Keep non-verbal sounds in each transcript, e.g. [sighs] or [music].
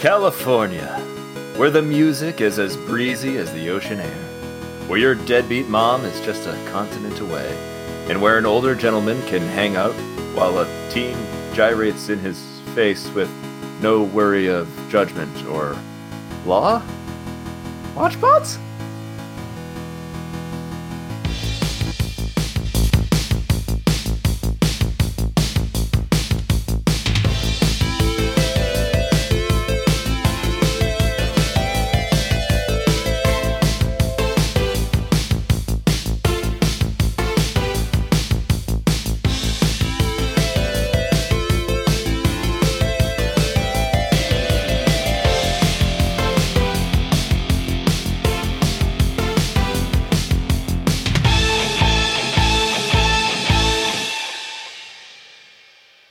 California, where the music is as breezy as the ocean air, where your deadbeat mom is just a continent away, and where an older gentleman can hang out while a teen gyrates in his face with no worry of judgment or law? Watchbots?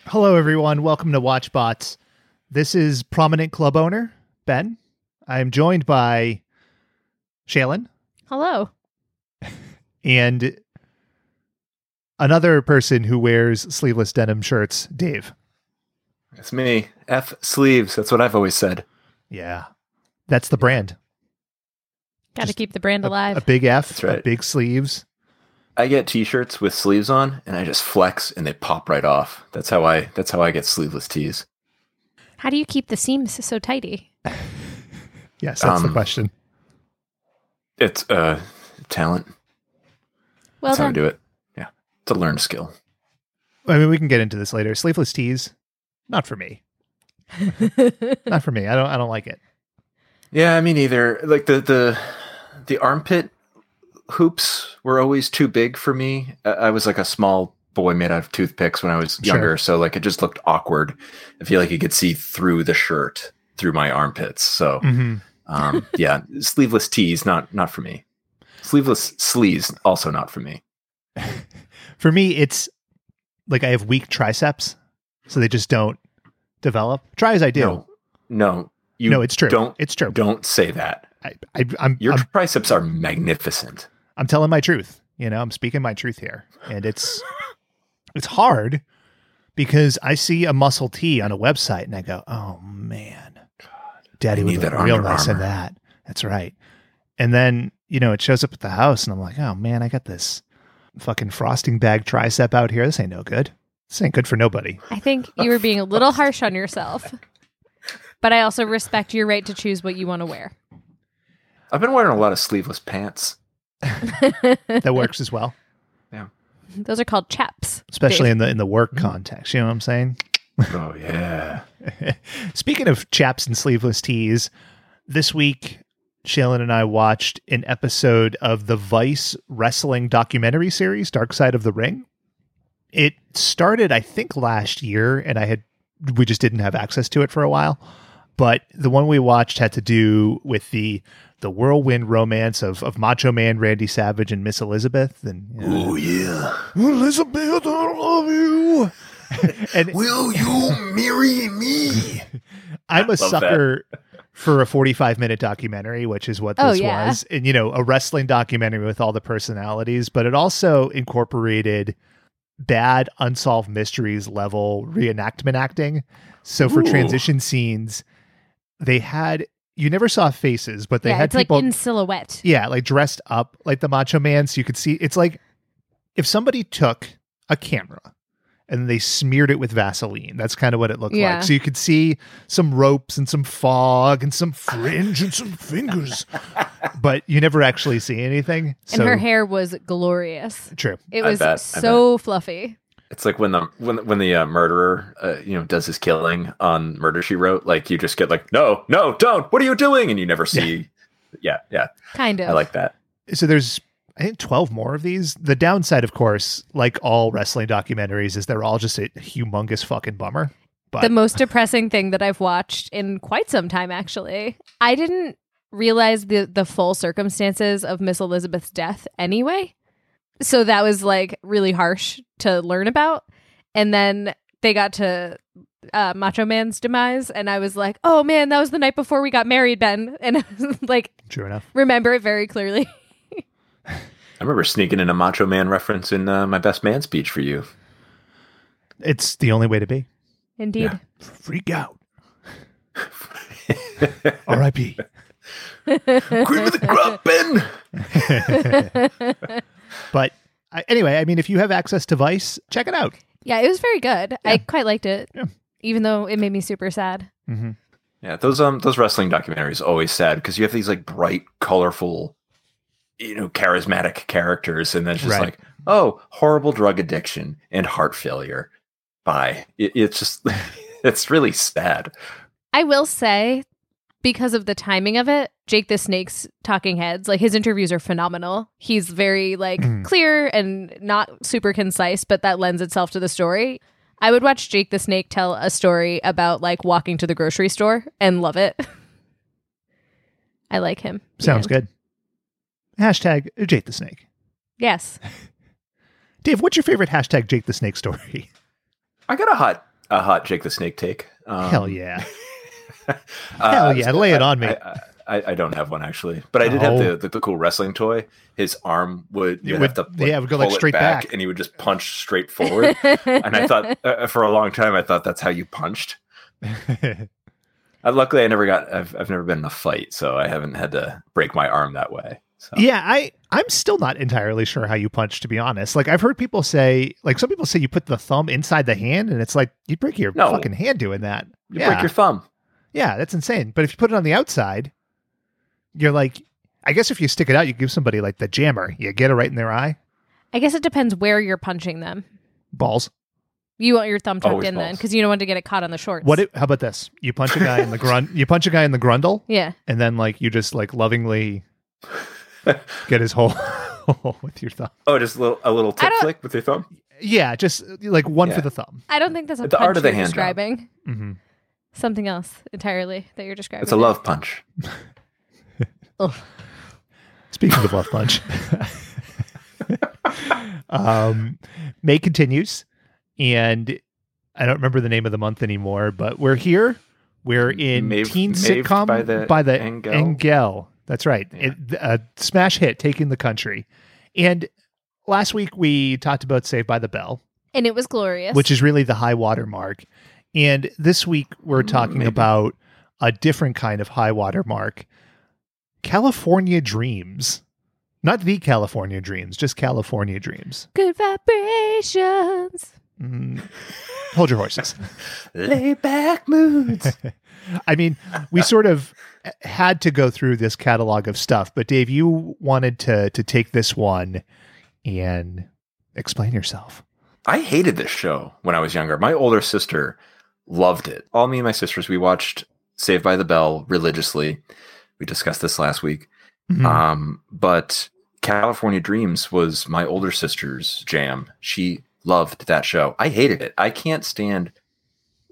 Hello, everyone. Welcome to WatchBots. This is prominent club owner Ben. I am joined by Shailen Hello. and another person who wears sleeveless denim shirts, Dave. It's me. F sleeves. That's what I've always said. Yeah, that's the brand. Got to Just keep the brand A- alive. A, big F, That's right. a big sleeves. I get t-shirts with sleeves on and I just flex and they pop right off. That's how I that's how I get sleeveless tees. How do you keep the seams so tidy? Yes, that's the Um, question. It's uh talent. Well That's how I done. do it. Yeah. It's a learned skill. I mean, we can get into this later. Sleeveless tees, not for me. Not for me. I don't. I don't like it. Yeah, I mean either like the the the armpit hoops were always too big for me. I, I was like a small boy made out of toothpicks when I was Sure. younger, so like it just looked awkward. I feel like you could see through the shirt through my armpits. [laughs] So Mm-hmm. um, yeah, sleeveless tees not not for me. Sleeveless sleeves also not for me. For me, it's like I have weak triceps, so they just don't develop. Try as I do. No, no, you no, it's true. Don't it's true. don't say that. I, I, I'm, Your I'm triceps are magnificent. I'm telling my truth. You know, I'm speaking my truth here, and it's it's hard because I see a muscle T on a website and I go, "Oh man, Daddy I would need look that real Under nice in Armour." that." That's right. And then you know it shows up at the house, and I'm like, "Oh man, I got this fucking frosting bag tricep out here. This ain't no good. This ain't good for nobody." I think you were being a [laughs] little harsh on yourself. But I also respect your right to choose what you want to wear. I've been wearing a lot of sleeveless pants. That works as well, Those are called chaps. especially Dave. in the in the work context. You know what I'm saying? oh yeah. Speaking of chaps and sleeveless tees, this week Shailen and I watched an episode of the Vice wrestling documentary series, Dark Side of the Ring. It started, I think, last year, and I had we just didn't have access to it for a while. But the one we watched had to do with the the whirlwind romance of, of Macho Man Randy Savage and Miss Elizabeth and you know, Oh yeah. Elizabeth, I love you. [laughs] and Will [laughs] you marry me? I'm a Love that. sucker for a 45 minute documentary, which is what Oh, this yeah. was. And, you know, a wrestling documentary with all the personalities, but it also incorporated bad unsolved mysteries level reenactment acting. So for Ooh. transition scenes, they had, you never saw faces, but they yeah, had it's people. like in silhouette. Yeah, like dressed up like the Macho Man, so you could see. It's like if somebody took a camera and they smeared it with Vaseline. That's kind of what it looked Yeah. like. So you could see some ropes and some fog and some fringe and some fingers, but you never actually see anything. And so her hair was glorious. true. It I was bet, I so fluffy. It's like when the when when the uh, murderer uh, you know does his killing on Murder She Wrote. Like you just get like no no don't what are you doing and you never see. Yeah yeah, Kind of. I like that. So there's I think 12 more of these. The downside, of course, like all wrestling documentaries, is they're all just a humongous fucking bummer. But the most depressing thing that I've watched in quite some time, actually. I didn't realize the the full circumstances of Miss Elizabeth's death anyway. So that was like really harsh to learn about. And then they got to uh, Macho Man's demise, and I was like, "Oh man, that was the night before we got married, Ben." [laughs] And I was like, true enough. remember it very clearly. [laughs] I remember sneaking in a Macho Man reference in uh, my best man speech for [laughs] you. It's the only way to be. Indeed, Yeah. Freak out. [laughs] R.I.P. Cream of the crop, Ben. But I, anyway, I mean, if you have access to Vice, check it out. [laughs] Yeah, it was very good. I quite liked it, Yeah. even though it made me super sad. Mm-hmm. Yeah, those um those wrestling documentaries always sad because you have these like bright, colorful, you know, charismatic characters, and then it's just Right. like, oh, horrible drug addiction and heart failure. Bye. It, it's just [laughs] it's really sad. I will say, because of the timing of it, Jake the Snake's talking heads, like his interviews are phenomenal. He's very like Mhm. clear and not super concise, but that lends itself to the story. I would watch Jake the Snake tell a story about like walking to the grocery store and love it. [laughs] I like him. The Sounds end. good. Hashtag Jake the Snake. Yes. [laughs] Dave, what's your favorite hashtag Jake the Snake story? [laughs] I got a hot a hot Jake the Snake take. Um, Hell yeah. uh, Hell yeah. Lay it on me. I, I, I don't have one actually, but I did have No. the, the, the cool wrestling toy. His arm would you It would, would- have to yeah, it would go, like, pull straight back. and he would just punch [laughs] straight forward. [laughs] and I thought uh, for a long time, I thought that's how you punched. [laughs] Uh, luckily, I never got. I've I've never been in a fight, so I haven't had to break my arm that way. So yeah, I I'm still not entirely sure how you punch to be honest. Like I've heard people say like some people say you put the thumb inside the hand and it's like you break your No. fucking hand doing that. you yeah. break your thumb. yeah, that's insane. But if you put it on the outside, you're like I guess if you stick it out you give somebody like the jammer. You get it right in their eye. I guess it depends where you're punching them. Balls. You want your thumb tucked Always in then balls. because you don't want to get it caught on the shorts. What if, how about this? You punch a guy in the grun you punch a guy in the grundle yeah. and then like you just like lovingly get his whole [laughs] with your thumb. Oh, just a little a little I tip don't- flick with your thumb. Yeah, just like one Yeah. for the thumb. I don't think that's a The punch art of the you're hand job. describing. Mhm. Something else entirely that you're describing. It's a love punch. Speaking of love [laughs] punch, um, May continues, and I don't remember the name of the month anymore, but we're here. We're in Maved- teen Maved sitcom by the Engel. Engel. That's right. Yeah. It- a smash hit taking the country. And last week we talked about Saved by the Bell, And it was glorious. which is really the high water mark. And this week we're Mm, talking maybe. about a different kind of high water mark. California dreams. Not the California dreams, just California dreams. good vibrations. Mm. Hold your horses. [laughs] Lay back moods. I mean, we sort of had to go through this catalog of stuff, but Dave, you wanted to to take this one and explain yourself. [laughs] I hated this show when I was younger. My older sister loved it. All me and my sisters, we watched Saved by the Bell religiously. We discussed this last week. Hmm. Um, but California Dreams was my older sister's jam. She loved that show. I hated it. I can't stand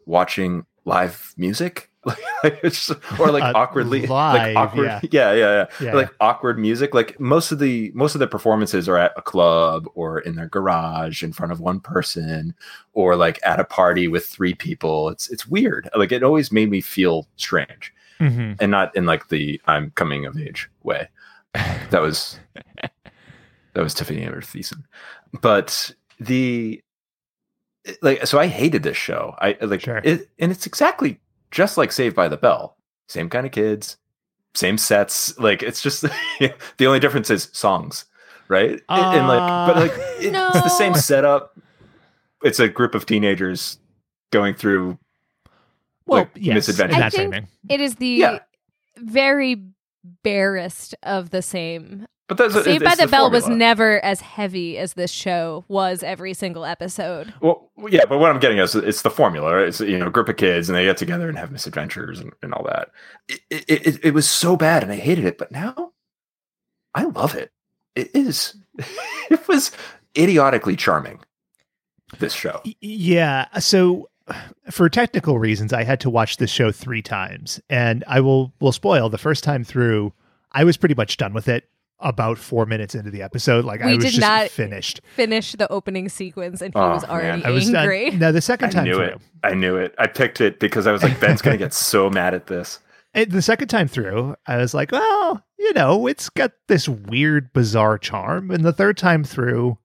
watching live music. [laughs] It's- or like [laughs] Uh, awkwardly live, like awkward [laughs] yeah. yeah yeah yeah, Mm-hmm. Yeah, Or, like awkward music like most of the most of the performances are at a club or in their garage in front of one person or like at a party with three people it's it's weird like it always made me feel strange Mhm. and not in like the I'm coming of age way. That was that was Tiffany Amber Thiessen. But the like so I hated this show. I like Sure. it and it's exactly just like Saved by the Bell. Same kind of kids, same sets. Like it's just [laughs] the only difference is songs, right? And- and like but Uh, like it- it's the same No. setup. It's a group of teenagers going through Well, like, yes, misadventure. in that I think- framing. It is the Yeah. very barest of the same. but that's it- Saved by it's the, Bell was formula. never as heavy as this show was every single episode. Well, yeah, but what I'm getting at is it's the formula. Right? It's you know, a group of kids and they get together and have misadventures and, and all that. It, it, it, it was so bad and I hated it, but now I love it. It is. [laughs] it was idiotically charming. This show. Y- Yeah. So, for technical reasons, I had to watch this show three times, and I will will spoil the first time through. I was pretty much done with it about four minutes into the episode. Like I We was did just not- finished. Finish the opening sequence and he Oh, was man. already I was uh, angry. done. No, the second I time knew through. it. I knew it. I picked it because I was like, Ben's gonna get so mad at this. And the second time through, I was like, well, you know, it's got this weird, bizarre charm. And the third time through,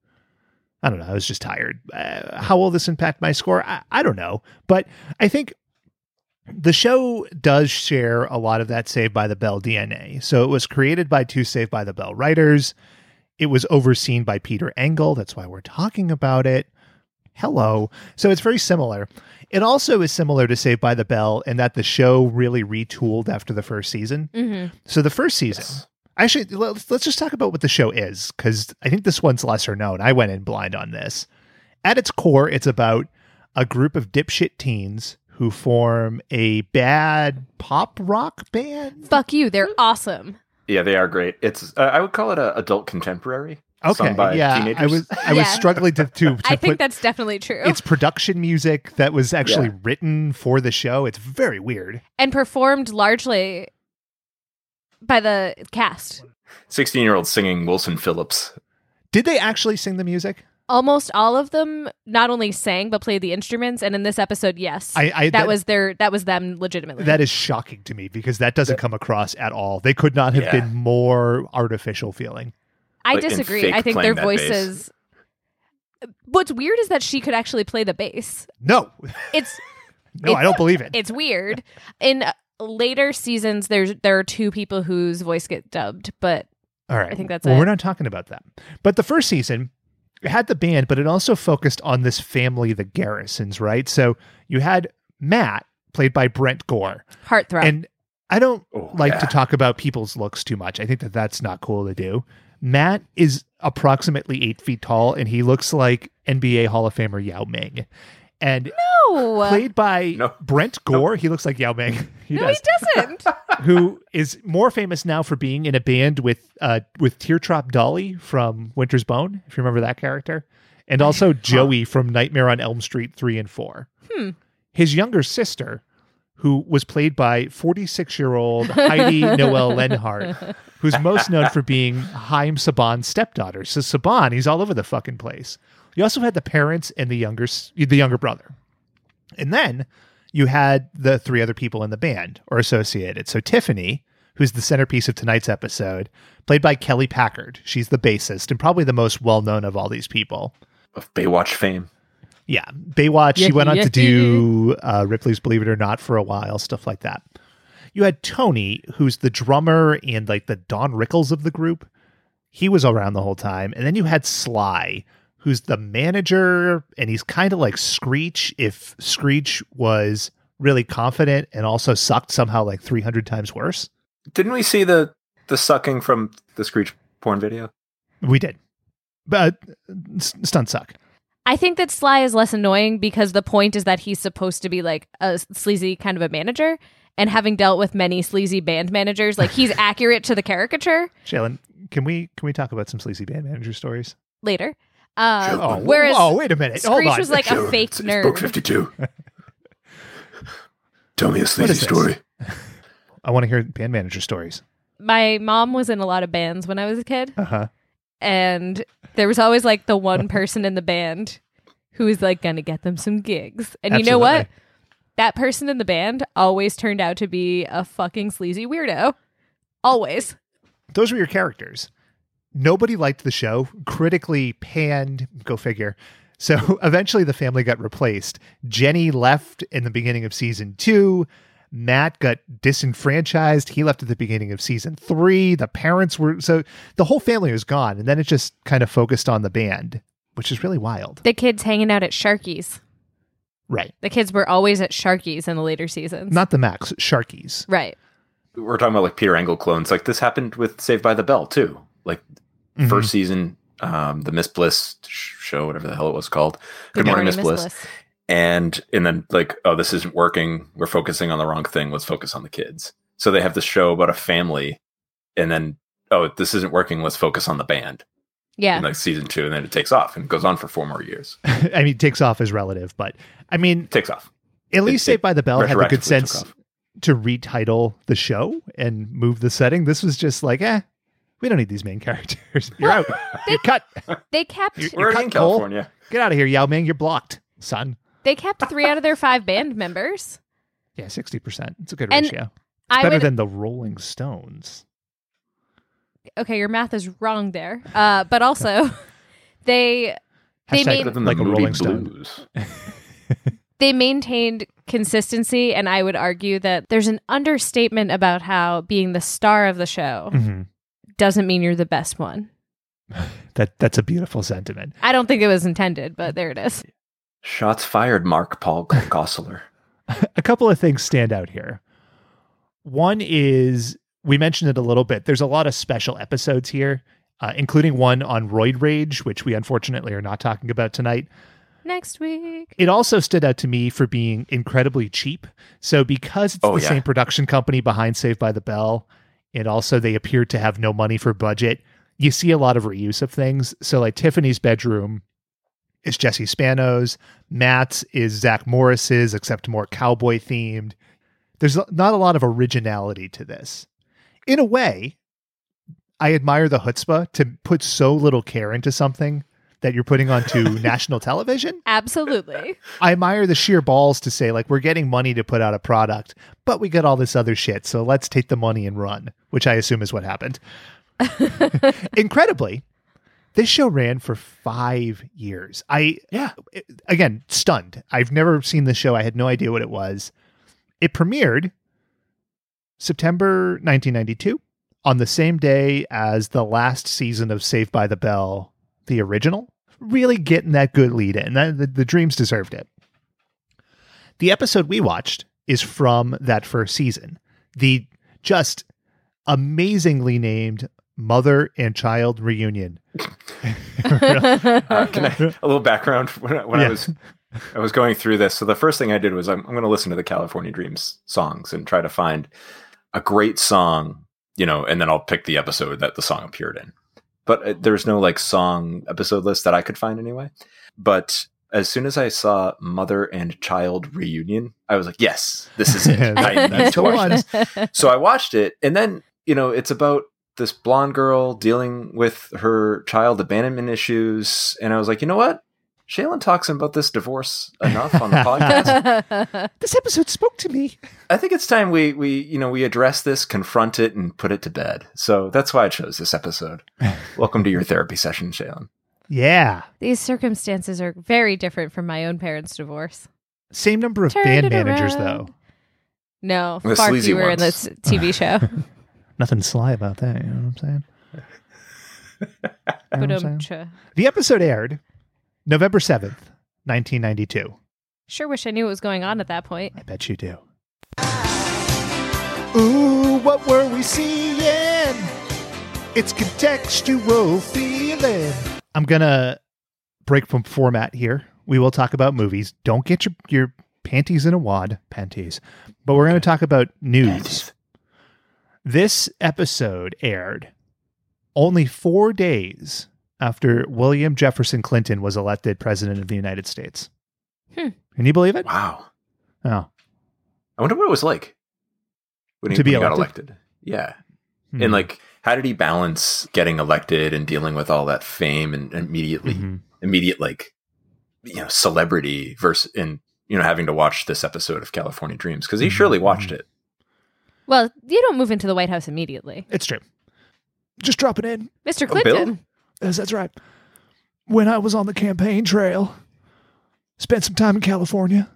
I don't know. I was just tired. Uh, how will this impact my score? I, I don't know. But I think The show does share a lot of that Saved by the Bell DNA. So it was created by two Saved by the Bell writers. It was overseen by Peter Engel. That's why we're talking about it. Hello. So it's very similar. It also is similar to Saved by the Bell in that the show really retooled after the first season. Mm-hmm. So the first season, actually, let's, let's just talk about what the show is because I think this one's lesser known. I went in blind on this. At its core, it's about a group of dipshit teens who form a bad pop rock band. Fuck you. They're awesome. Yeah, they are great. It's uh, I would call it a adult contemporary. Okay, sung by yeah, teenagers. I was I was Yeah. struggling to to, to [laughs] I think oh. put that's definitely true. it's production music that was actually written for the show. It's very weird. and performed largely by the cast. sixteen-year-old singing Wilson Phillips. Did they actually sing the music? Almost all of them not only sang but played the instruments. And in this episode, yes, I, I that, was their that was them legitimately. That is shocking to me because that doesn't come across at all. They could not have Yeah. been more artificial feeling. I like, and disagree. fake I think playing their that bass. voices. What's weird is that she could actually play the bass. No, [laughs] It's no, I don't believe it. it's weird. In uh, later seasons, there's there are two people whose voice get dubbed, but All right. I think that's well, it. we're not talking about that. But the first season it had the band, but it also focused on this family, the Garrisons, right? So you had Matt, played by Brent Gore. heartthrob. And I don't Oh, like yeah. to talk about people's looks too much. I think that that's not cool to do. Matt is approximately eight feet tall, and he looks like NBA Hall of Famer Yao Ming. And no, played by No. Brent Gore. He looks like Yao Ming. [laughs] He no, does. he doesn't. who is more famous now for being in a band with uh with Teardrop Dolly from Winter's Bone, if you remember that character, and also Joey from Nightmare on Elm Street 3 and 4. Hmm. His younger sister who was played by 46-year-old [laughs] Heidi Noel Lenhart, who's most known for being Haim Saban's stepdaughter. So Saban, he's all over the fucking place. You also had the parents and the younger s- the younger brother. And then you had the three other people in the band or associated. So Tiffany, who's the centerpiece of tonight's episode, played by Kelly Packard. She's the bassist and probably the most well known of all these people. Of Baywatch fame. Yeah, Baywatch. she Yucky, went on to yucky. do uh, Ripley's Believe It or Not for a while, stuff like that. You had Tony, who's the drummer and like the Don Rickles of the group. He was around the whole time, and then you had Sly, who's the manager, and he's kind of like Screech if Screech was really confident and also sucked somehow like three hundred times worse. Didn't we see the the sucking from the Screech porn video? We did, but uh, s- stunt suck. I think that Sly is less annoying because the point is that he's supposed to be like a sleazy kind of a manager. And having dealt with many sleazy band managers, like he's accurate to the caricature Jalen, can we can we talk about some sleazy band manager stories? later. Uh, Sure. Oh, whereas oh, wait a minute. Hold Screech on. was like a fake nerd. fifty-two. Tell me a sleazy this? story. I want to hear band manager stories. My mom was in a lot of bands when I was a kid, Uh huh. and there was always like the one person in the band who was like going to get them some gigs. And you know what? That person in the band always turned out to be a fucking sleazy weirdo. Always. Those were your characters. Nobody liked the show. Critically panned. Go figure. So [laughs] eventually, the family got replaced. Jenny left in the beginning of season two. Matt got disenfranchised. He left at the beginning of season three. The parents were so the whole family was gone, and then it just kind of focused on the band, which is really wild. The kids hanging out at Sharky's. Right. The kids were always at Sharky's in the later seasons. Not the Max Sharkies. right. We're talking about like Peter Engel clones. Like this happened with Saved by the Bell too. Like Mhm. first season, um, the Miss Bliss sh- show, whatever the hell it was called. Good, morning, Miss Bliss. And and then like, oh, this isn't working. We're focusing on the wrong thing. Let's focus on the kids. So they have this show about a family, and then oh, this isn't working. Let's focus on the band. Yeah. In like season two, and then it takes off and goes on for four more years. [laughs] I mean, takes off as relative, but I mean, takes off. at least it Saved by the Bell had the Retroactively took good sense off. to retitle the show and move the setting. This was just like, eh, we don't need these main [laughs] characters. [laughs] You're out. You're cut. they kept You- We're cut in coal? California. Get out of here, Yao Ming. You're blocked, son. they kept three out of their five band [laughs] members. Yeah, sixty percent. It's a good And ratio. I Better would than the Rolling Stones. okay, your math is wrong there. Uh, but also [laughs] they They Hashtag made- Better than like the a movie Rolling Stone. blues. they maintained consistency and i would argue that there's an understatement about how being the star of the show Mhm. doesn't mean you're the best one That that's a beautiful sentiment. i don't think it was intended but there it is Shots fired, Mark Paul Gosselaar. [laughs] a couple of things stand out here. One is we mentioned it a little bit. There's a lot of special episodes here, uh, including one on Roid Rage, which we unfortunately are not talking about tonight. next week It also stood out to me for being incredibly cheap. So because it's Oh, the yeah. same production company behind Saved by the Bell, and also they appeared to have no money for budget, you see a lot of reuse of things. So like Tiffany's bedroom is Jesse Spano's, Matt's is Zach Morris's, except more cowboy themed. There's not a lot of originality to this. In a way, I admire the chutzpah to put so little care into something that you're putting [laughs] onto national television. absolutely I admire the sheer balls to say, like, we're getting money to put out a product, but we got all this other shit, so let's take the money and run, which I assume is what happened. Incredibly, this show ran for five years. I, Yeah. again, stunned. I've never seen this show. I had no idea what it was. It premiered September 1992 on the same day as the last season of Saved by the Bell, the original. Really getting that good lead in. That- the- the Dreams deserved it. The episode we watched is from that first season. The just amazingly named mother and child reunion. [laughs] [laughs] Uh, can I, a little background [laughs] when, I, when Yeah. I was I was going through this. So the first thing I did was I'm, I'm going to listen to the California Dreams songs and try to find a great song, you know, and then I'll pick the episode that the song appeared in. But uh, there's no like song episode list that I could find anyway. But as soon as I saw Mother and Child Reunion, I was like, yes, this [laughs] is it. I need That's to the watch one. this so I watched it, and then you know it's about this blonde girl dealing with her child abandonment issues, and I was like, you know what? Shaylin talks about this divorce enough on [laughs] the podcast. This episode spoke to me. I think it's time we we you know we address this, confront it, and put it to bed. So that's why I chose this episode. [laughs] Welcome to your therapy session, Shaylin. Yeah. these circumstances are very different from my own parents divorce Same number of Turned band it managers, around. though. no The far sleazy fewer in ones. this [laughs] tv [laughs] show Nothing sly about that. You know what I'm [laughs] saying? You know what um, I'm saying? Ba-dum-cha. The episode aired November 7th, 1992. sure wish i knew what was going on at that point I bet you do. Ooh, what were we seeing? It's contextual feeling. I'm gonna break from format here. We will talk about movies. Don't get your your panties in a wad, panties. But we're gonna talk about news. This episode aired only four days after William Jefferson Clinton was elected president of the United States. Hmm. Can you believe it? Wow, Oh. I wonder what it was like when he, To be when he got elected? elected. Yeah, Hmm. and like, how did he balance getting elected and dealing with all that fame and immediately? Mhm. immediate like you know celebrity versus and you know having to watch this episode of California Dreams because he surely watched it. well you don't move into the white house immediately It's true. Just dropping in. mr Oh, Bill? clinton Yes, that's right. When I was on the campaign trail, spent some time in California.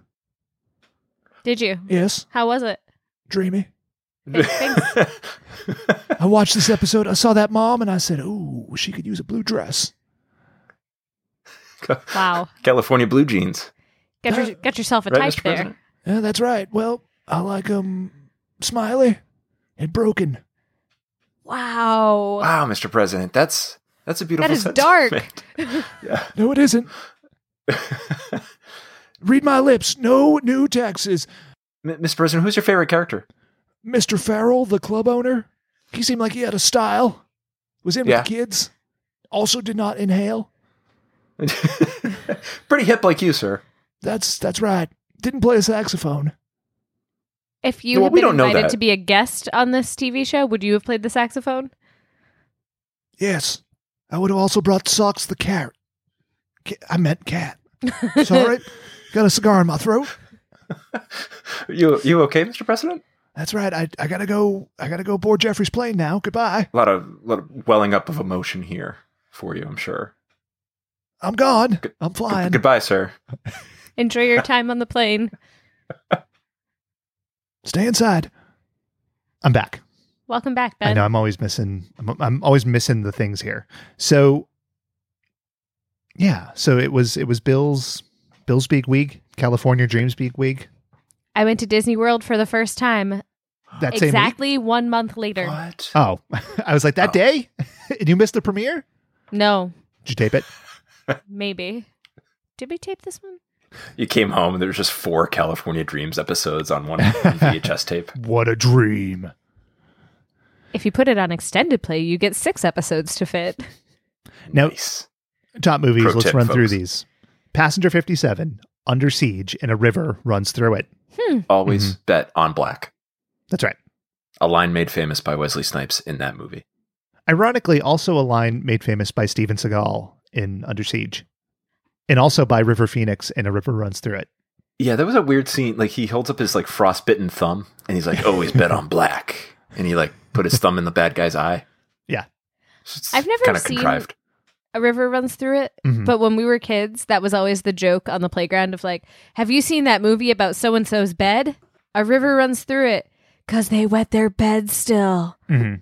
did you Yes, how was it dreamy. Thanks. I watched this episode. I saw that mom and I said, Ooh, she could use a blue dress. Wow. [laughs] California blue jeans, Got, your, got yourself a right, type Mr. there. President? Yeah, that's right. Well, I like um smiley and broken. Wow. Wow, Mr. President, that's that's a beautiful. That is sentiment. [laughs] dark. No, it isn't. Read my lips. No new taxes. M- Mr. President, who's your favorite character? [laughs] Mr. Farrell, the club owner, he seemed like he had a style. Was in Yeah. with the kids. Also did not inhale. Pretty hip like you, sir. That's that's right. Didn't play a saxophone. If you Well, had we been don't know invited that. to be a guest on this TV show, would you have played the saxophone? Yes, I would have also brought socks the carrot. Ca- I meant cat. [laughs] Sorry, got a cigar in my throat. You you okay, Mr. President? That's right. I, I gotta go. I gotta go board Jeffrey's plane now. Goodbye. A lot of lot of welling up of emotion here for you, I'm sure. I'm gone. I'm Good- flying. goodbye, sir. Enjoy [laughs] your time on the plane. Stay inside. I'm back. Welcome back, Ben. I know I'm always missing. I'm, I'm always missing the things here. So, yeah. So it was it was Bill's Bill's Big Week, California Dreams Big Week. I went to Disney World for the first time That same week. exactly one month later. What? Oh, [laughs] I was like that Oh. day. [laughs] and you missed the premiere. No, Did you tape it? maybe. Did we tape this one? You came home and there was just four California Dreams episodes on one VHS tape. What a dream. If you put it on extended play, you get six episodes to fit. Now- Nice. Top movies. Pro let's tip, run through folks. these. Passenger 57, Under Siege, and a river runs through it. Always bet on black. That's right. A line made famous by Wesley Snipes in that movie. Ironically, also a line made famous by Steven Seagal in Under Siege, and also by River Phoenix in A River Runs Through It. Yeah, that was a weird scene. Like he holds up his like frostbitten thumb and he's like, always bet on black. And he like put his thumb in the bad guy's eye. Yeah. It's I've never kinda seen- A river runs through it. Mhm. But when we were kids, that was always the joke on the playground of like, have you seen that movie about so and so's bed? A river runs through it because they wet their bed still. Mhm.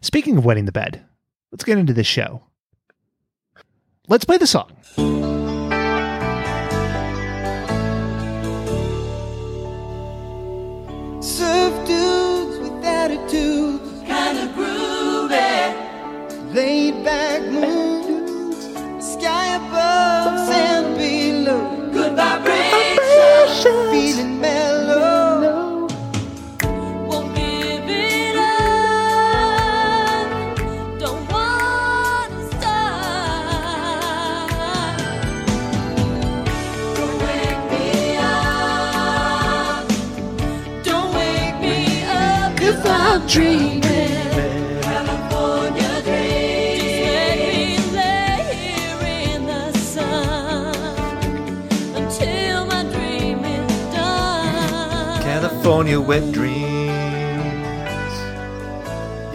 Speaking of wetting the bed, let's get into this show. Let's play the song. Surf dudes with attitudes, kinda groovy. Laid back moons, sky above, sand below. Good vibrations, feeling mellow. Won't give it up. Don't wanna stop. Don't wake me up. Don't wake me up if I'm dreaming. California dreams. Just let me lay here in the sun until my dream is done. California wet dreams.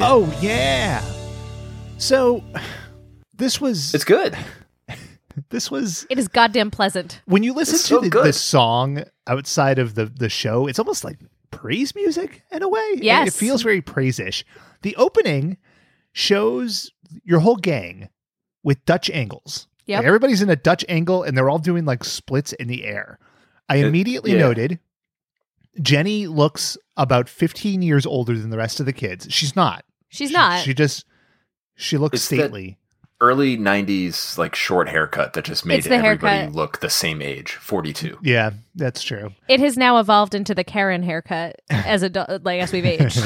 Oh, yeah. So this was It's good. this was It is goddamn pleasant. when you listen It's so to the, good. the song outside of the the show, it's almost like praise music in a way. It- Yes. it, feels very praise-ish. The opening shows your whole gang with Dutch angles. Yep. Like, everybody's in a Dutch angle, and they're all doing like splits in the air. I It- immediately yeah. noted Jenny looks about 15 years older than the rest of the kids. She's not. She's She- not. She, just she looks It's that- stately. Early 90s like short haircut that just made It's the everybody haircut. look the same [laughs] age 42. yeah, that's true. it has now evolved into the Karen haircut as adult, like as we've aged.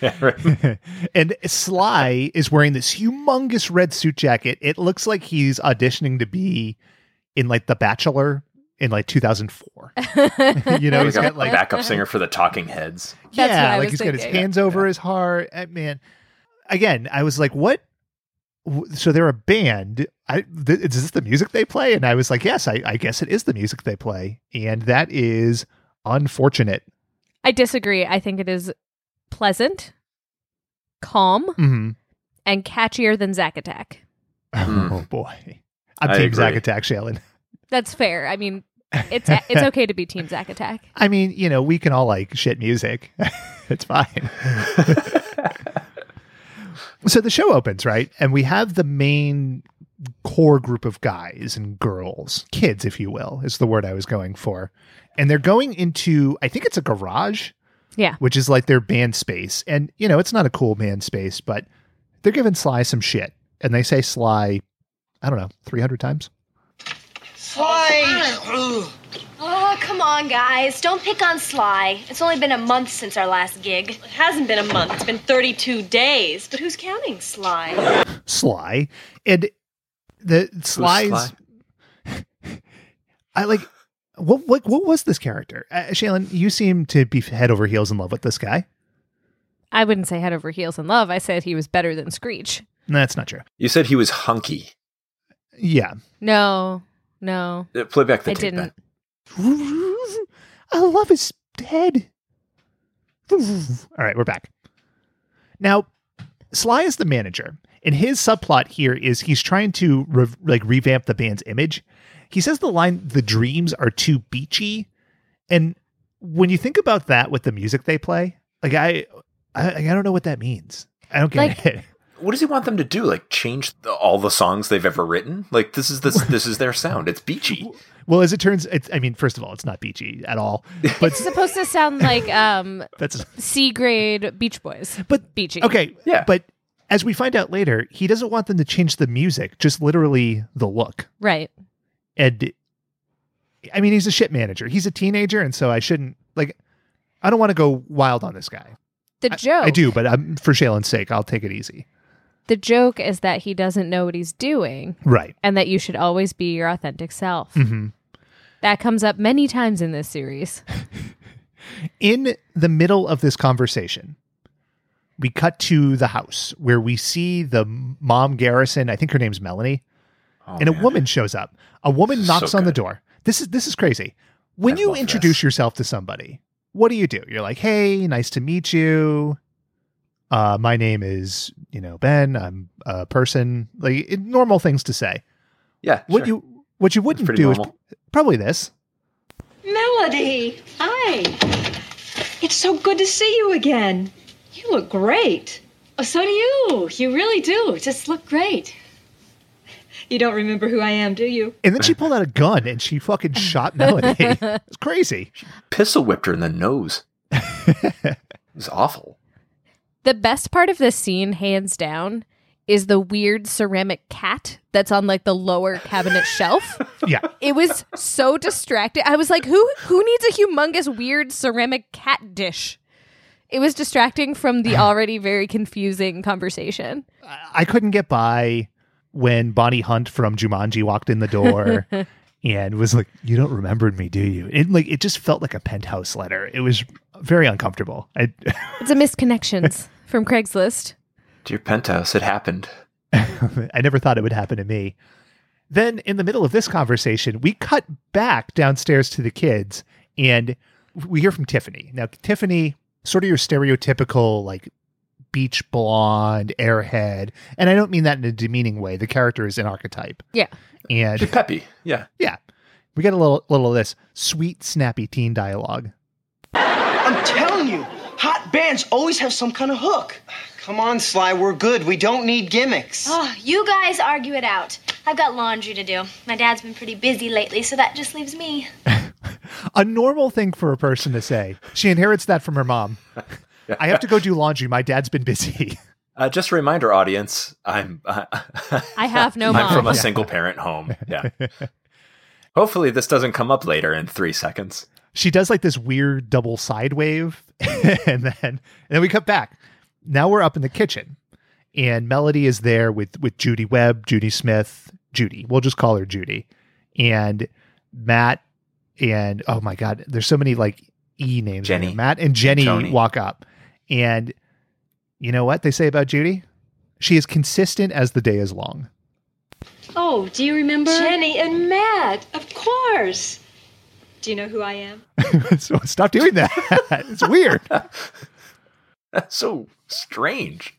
[laughs] and Sly is wearing this humongous red suit jacket. It looks like he's auditioning to be in like The Bachelor in like [laughs] 2004. [laughs] you know, he's He's got got a like backup singer for the Talking Heads. That's yeah, what I like was he's got his thinking. hands over his heart. Eh, man, again, I was like, what? W- So they're a band. I, th- is this the music they play? And I was like, yes, I, I guess it is the music they play, and that is unfortunate. I disagree. I think it is pleasant, calm, Mm-hmm. hmm and catchier than Zack Attack. Mm. [laughs] Oh boy, I'm I Team Zack agree. Attack, Shailen. That's fair. I mean, [laughs] it's it's okay to be Team Zack Attack. I mean, you know, we can all like shit music. [laughs] it's fine. [laughs] so the show opens, right? And we have the main core group of guys and girls, kids, if you will, is the word I was going for. And they're going into, I think it's a garage. Yeah. Which is like their band space. And, you know, it's not a cool band space, but they're giving Sly some shit. And they say Sly, I don't know, 300 times. Why? Oh, come on, guys. Don't pick on Sly. It's only been a month since our last gig. It hasn't been a month. It's been 32 days. But who's counting, Sly? Sly. And the Sly's. Sly? [laughs] I like. What, what what was this character? Uh, Shaylin, you seem to be head over heels in love with this guy. I wouldn't say head over heels in love. I said he was better than Screech. No, that's not true. You said he was hunky. Yeah. No, [laughs] no, Uh, Play back the I tape. Ben. didn't. I love his head. All right, we're back. Now, Sly is the manager, and his subplot here is he's trying to re- like revamp the band's image. He says the line "the dreams are too beachy," and when you think about that with the music they play, like I, I, I don't know what that means. I don't get Like- it. [laughs] What does he want them to do? Like change the, all the songs they've ever written? Like this is this this is their sound. It's beachy. Well, as it turns, it's, I mean, first of all, it's not beachy at all. But It's supposed to sound like um, that's C grade Beach Boys. But- beachy. okay. Yeah. But as we find out later, he doesn't want them to change the music, just literally the look. right. And I mean, he's a shit manager. He's a teenager, and so I shouldn't like. I don't want to go wild on this guy. The joke. I do, but um for Shaylin's sake, I'll take it easy. The joke is that he doesn't know what he's doing, Right. and that you should always be your authentic self. Mm-hmm. That comes up many times in this series. in the middle of this conversation, we cut to the house where we see the mom Garrison. I think her name's Melanie, Oh, and a woman shows up. A woman so knocks on the good. door. This is this is crazy. When I you love introduce this. yourself to somebody, what do you do? You're like, "Hey, nice to meet you. Uh, my name is you know Ben. I'm a person." Like it- normal things to say. Yeah. What sure. you what you wouldn't pretty do normal. is probably this. Melody, hi. It's so good to see you again. You look great. Oh, so do you. You really do. Just look great. You don't remember who I am, do you? And then she pulled out a gun and she fucking [laughs] shot Melody. it's crazy. pistol whipped her in [laughs] the nose. it was awful. The best part of this scene, hands down, is the weird ceramic cat that's on like the lower [laughs] cabinet shelf. Yeah. It was so distracting. I was like, who who needs a humongous weird ceramic cat dish? It was distracting from [laughs] the already very confusing conversation. I couldn't get by when Bonnie Hunt from Jumanji walked in the door and was like, "You don't remember me, do you?" It like it just felt like a penthouse letter. It was very uncomfortable. I, [laughs] It's a misconnections from Craigslist. Dear penthouse, it happened. I never thought it would happen to me. Then in the middle of this conversation, we cut back downstairs to the kids and we hear from Tiffany. Now Tiffany, sort of your stereotypical like beach blonde airhead, and I don't mean that in a demeaning way. The character is an archetype. Yeah. And She's peppy. Yeah. Yeah. We get a little little of this sweet, snappy teen dialogue. I'm telling you, hot bands always have some kind of hook. Come on, Sly, we're good. We don't need gimmicks. Oh, you guys argue it out. I've got laundry to do. My dad's been pretty busy lately, so that just leaves me. A normal thing for a person to say. She inherits that from her mom. I have to go do laundry. My dad's been busy. Uh, just a reminder, audience. I'm [laughs] I, I have no I'm mom. from a single parent home. [laughs] Yeah. Hopefully, this doesn't come up later in three seconds. [laughs] she does like this weird double side wave [laughs] and then and then we cut back. Now we're up in the kitchen. And Melody is there with with Judy Webb, Judy Smith, Judy. We'll just call her Judy. And Matt and oh my god, there's so many like E names. in Jenny. there. Matt and Jenny Tony. walk up. And you know what they say about Judy? She is consistent as the day is long. [laughs] Oh, do you remember? Jenny and Matt, of course. Do you know who I am? so stop doing that. it's weird. That's so strange.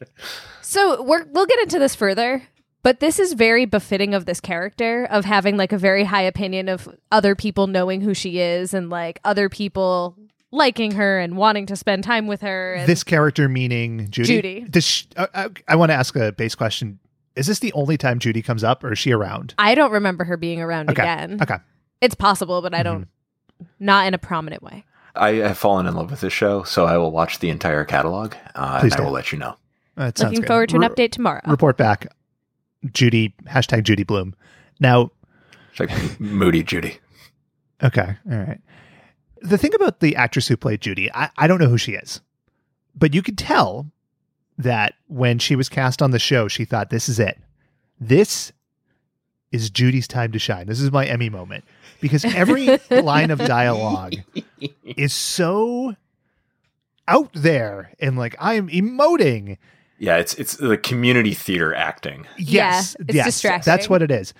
So we're, we'll get into this further, but this is very befitting of this character of having like a very high opinion of other people knowing who she is and like other people liking her and wanting to spend time with her. And this character meaning Judy. Judy. Does she, uh, I, I want to ask a base question. Is this the only time Judy comes up, or is she around? I don't remember her being around Okay. again. Okay. Mm-hmm. It's possible, but I don't, not in a prominent way. I have fallen in love with this show, so I will watch the entire catalog, uh, and Please I will don't. let you know. That sounds Looking good. forward to an Re- update tomorrow. Report back, Judy. Hashtag Judy Bloom. Now, It's like Moody Judy. okay, all right. The thing about the actress who played Judy, I, I don't know who she is, but you could tell that when she was cast on the show, she thought, "This is it. This is Judy's time to shine. This is my Emmy moment." [laughs] Because every line of dialogue is so out there and like I am emoting. Yeah, it's it's the community theater acting. Yeah, Yes, it's yes, distracting. That's what it is.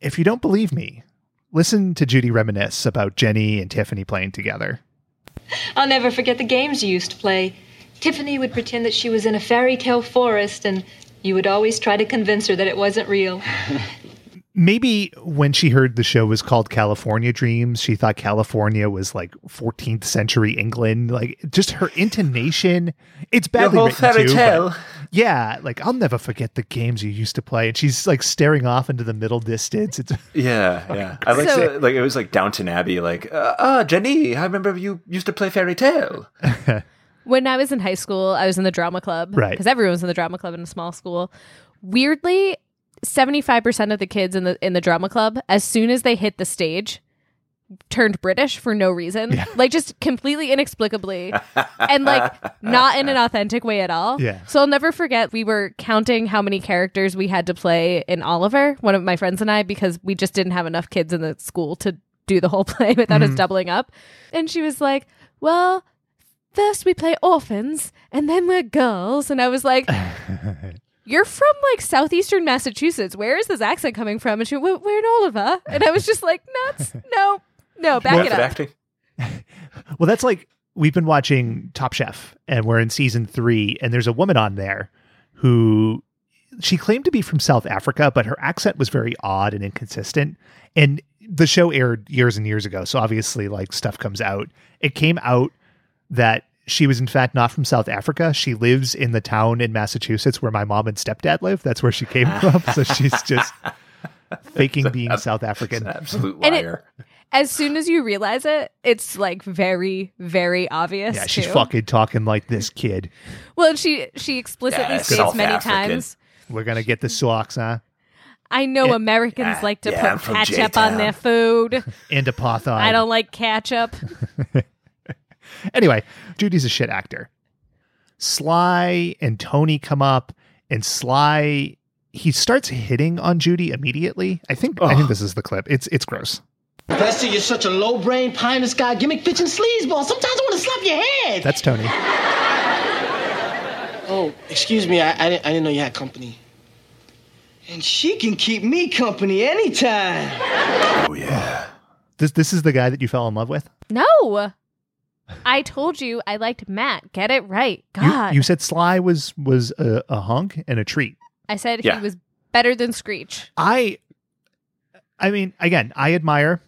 If you don't believe me, listen to Judy reminisce about Jenny and Tiffany playing together. I'll never forget the games you used to play. Tiffany would pretend that she was in a fairy tale forest, and you would always try to convince her that it wasn't real. Maybe when she heard the show was called California Dreams, she thought California was like 14th century England. Like just her intonation, it's badly whole written fairy too, tale. but- Yeah, like I'll never forget the games you used to play. And she's like staring off into the middle distance. It's Yeah, yeah. I like So- to- like it was like Downton Abbey. Like, uh, ah, Jenny, I remember you used to play fairy tale. When I was in high school, I was in the drama club. Right. Because everyone was in the drama club in a small school. Weirdly, 75% of the kids in the in the drama club, as soon as they hit the stage, turned British for no reason. Like just completely inexplicably. and like not in an authentic way at all. Yeah. So I'll never forget we were counting how many characters we had to play in Oliver, one of my friends and I, because we just didn't have enough kids in the school to do the whole [laughs] play without us doubling up. And she was like, Well, first we play orphans and then we're girls and i was like you're from like southeastern massachusetts where is this accent coming from and she went we're in oliver and i was just like nuts no no back it Method up acting. Well, that's like we've been watching Top Chef and we're in season three, and there's a woman on there who she claimed to be from South Africa, but her accent was very odd and inconsistent. And the show aired years and years ago. So obviously, like stuff comes out. It came out that she was, in fact, not from South Africa. She lives in the town in Massachusetts where my mom and stepdad live. That's where she came from. So she's just faking being South It's an African. absolute And it- liar. as soon as you realize it it's like very very obvious Yeah, she's too. fucking talking like this kid. well and she she explicitly Yeah, states South many African. times We're going to get the socks, huh? i know Yeah. americans Yeah, like to yeah, I'm put from ketchup on J-Town." their food and apartheid. i don't like ketchup Anyway, Judy's a shit actor. Sly and Tony come up, and Sly he starts hitting on Judy immediately. I think I think this is the clip. It's it's gross. Bessie, you're such a low brain, pie in the sky, gimmick bitch and sleazeball. Sometimes I want to slap your head. That's Tony. Oh, excuse me, I, I, didn't, I didn't know you had company. And she can keep me company anytime. Oh yeah. This this is the guy that you fell in love with. no i told you i liked matt get it right You, god you said Sly was was a, a hunk and a treat. I said Yeah. he was better than Screech. I I mean, again, I admire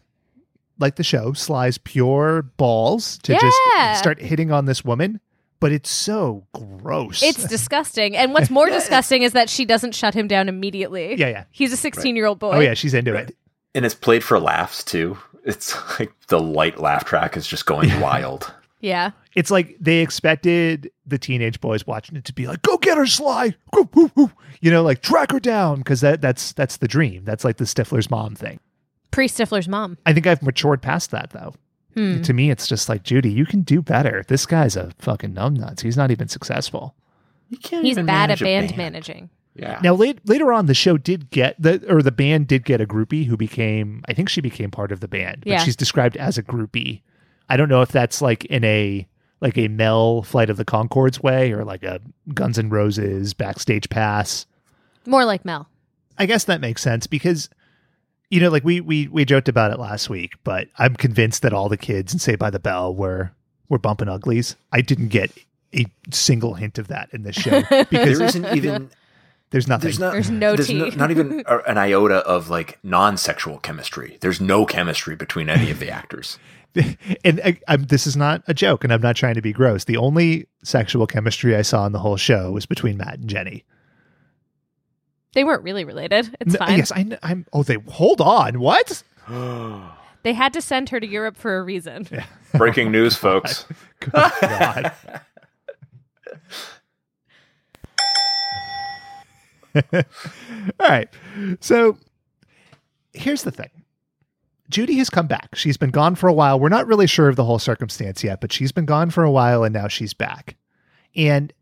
like the show, Sly's pure balls to Yeah. just start hitting on this woman, but it's so gross. It's disgusting. And what's more disgusting is that she doesn't shut him down immediately. [laughs] Yeah, yeah. He's a 16 year old boy. Oh yeah, she's into Right. it. And it's played for laughs too. It's like the light laugh track is just going [laughs] wild. Yeah. it's like they expected the teenage boys watching it to be like, "Go get her, Sly! Go, woo, woo." You know, like track her down because that that's that's the dream. That's like the Stifler's mom thing. Pre Stifler's mom. I think I've matured past that though. Hmm. To me, it's just like Judy, you can do better. This guy's a fucking numbnuts. He's not even successful. You can't He's even bad at manage a band, managing. Yeah. Now, late, later on, the show did get the or the band did get a groupie who became, I think she became part of the band, but Yeah. she's described as a groupie. I don't know if that's like in a like a Mel Flight of the Concords way or like a Guns N' Roses backstage pass. More like Mel. I guess that makes sense because you know, like we we we joked about it last week, but I'm convinced that all the kids in Say by the Bell were were bumping uglies. I didn't get a single hint of that in this [laughs] show because There [laughs] isn't even there's nothing. there's not There's no there's tea. [laughs] not even a- an iota of like non-sexual chemistry. There's no chemistry between any of the actors. [laughs] and I, I'm, this is not a joke, and I'm not trying to be gross. The only sexual chemistry I saw in the whole show was between Matt and Jenny. They weren't really related. It's No, fine. Yes, I, kn- I'm. Oh, they hold on. What? They had to send her to Europe for a reason. Breaking [laughs] news, folks. [laughs] Good God. All right. So here's the thing. Judy has come back. She's been gone for a while. We're not really sure of the whole circumstance yet, but she's been gone for a while and now she's back. And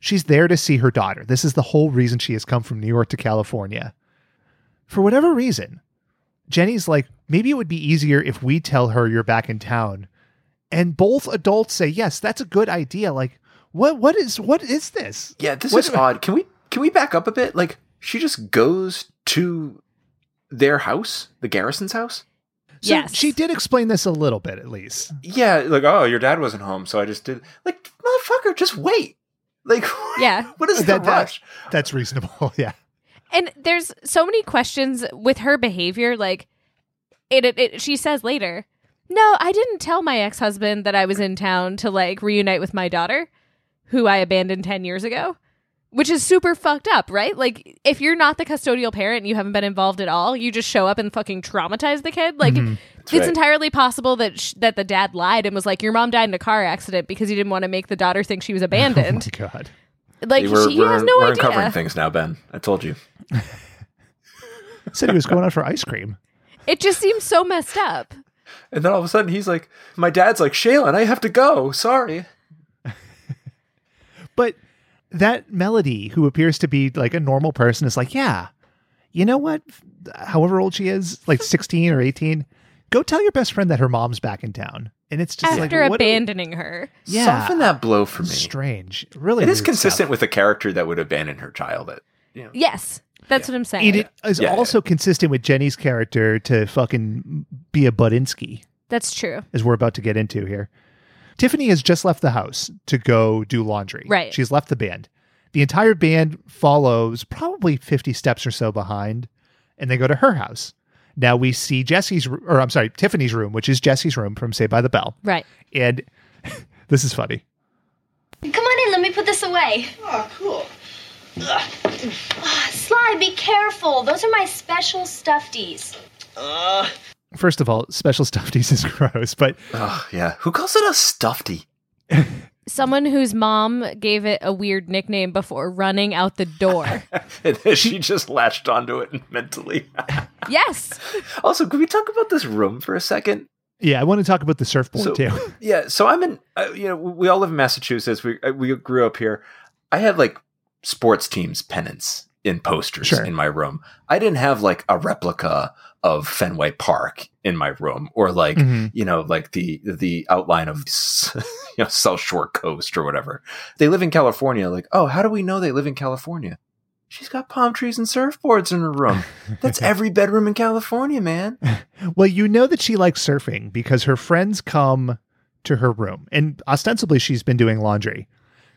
she's there to see her daughter. This is the whole reason she has come from New York to California. For whatever reason, Jenny's like, maybe it would be easier if we tell her you're back in town. And both adults say, yes, that's a good idea. Like, what what is what is this? Yeah, this What is do I- odd. Can we can we back up a bit? Like she just goes to their house, the Garrison's house. So Yes. she did explain this a little bit, at least. Yeah, like oh, your dad wasn't home, so I just did. Like motherfucker, just wait. Like [laughs] Yeah. what is That- the that- rush? That's reasonable. [laughs] Yeah. And there's so many questions with her behavior. Like, it, it, it she says later, "No, I didn't tell my ex husband that I was in town to like reunite with my daughter, who I abandoned ten years ago." Which is super fucked up, right? Like, if you're not the custodial parent and you haven't been involved at all, you just show up and fucking traumatize the kid. Like, it's Mm-hmm. right. entirely possible that sh- that the dad lied and was like, "Your mom died in a car accident because he didn't want to make the daughter think she was abandoned." [laughs] Oh my God. like, we're she he we're, has no we're idea. uncovering things now, Ben. I told you. Said he was going out for ice cream. It just seems so messed up. And then all of a sudden, he's like, my dad's like, Shaylin, I have to go. Sorry. But that Melody, who appears to be like a normal person, is like, yeah, you know what? However old she is, [laughs] like 16 or 18, go tell your best friend that her mom's back in town. And it's just after like, what a- abandoning her. Yeah. Soften that blow for me. strange. Really, It is weird consistent stuff. with a character that would abandon her child at Yes, that's what I'm saying. It is Yeah, yeah. also consistent with Jenny's character to fucking be a Budinsky, That's true. as we're about to get into here. Tiffany has just left the house to go do laundry. Right. She's left the band. The entire band follows probably 50 steps or so behind, and they go to her house. Now we see Jesse's, r- or I'm sorry, Tiffany's room, which is Jesse's room from Saved by the Bell. Right. And [laughs] this is funny. Come on in, let me put this away. Oh, cool. Ah, Sly, be careful. Those are my special stuffies. Uh, First of all, special [laughs] stuffies is gross, but Oh, yeah. Who calls it a stuffedy? Someone whose mom gave it a weird nickname before running out the [laughs] door. [laughs] And then she just latched onto it mentally. [laughs] yes. also, can we talk about this room for a second? yeah, I want to talk about the surfboard So- too. Yeah. So I'm in, uh, you know, we all live in Massachusetts. We, uh, we grew up here. I had like sports teams pennants in posters Sure. in my room. I didn't have like a replica of Fenway Park in my room or like Mhm. you know, like the the outline of [laughs] you know South Shore coast or whatever. They live in California. Like, oh, how do we know they live in California? She's got palm trees and surfboards in her room. That's every bedroom in California, man. Well, you know that she likes surfing because her friends come to her room and ostensibly she's been doing laundry.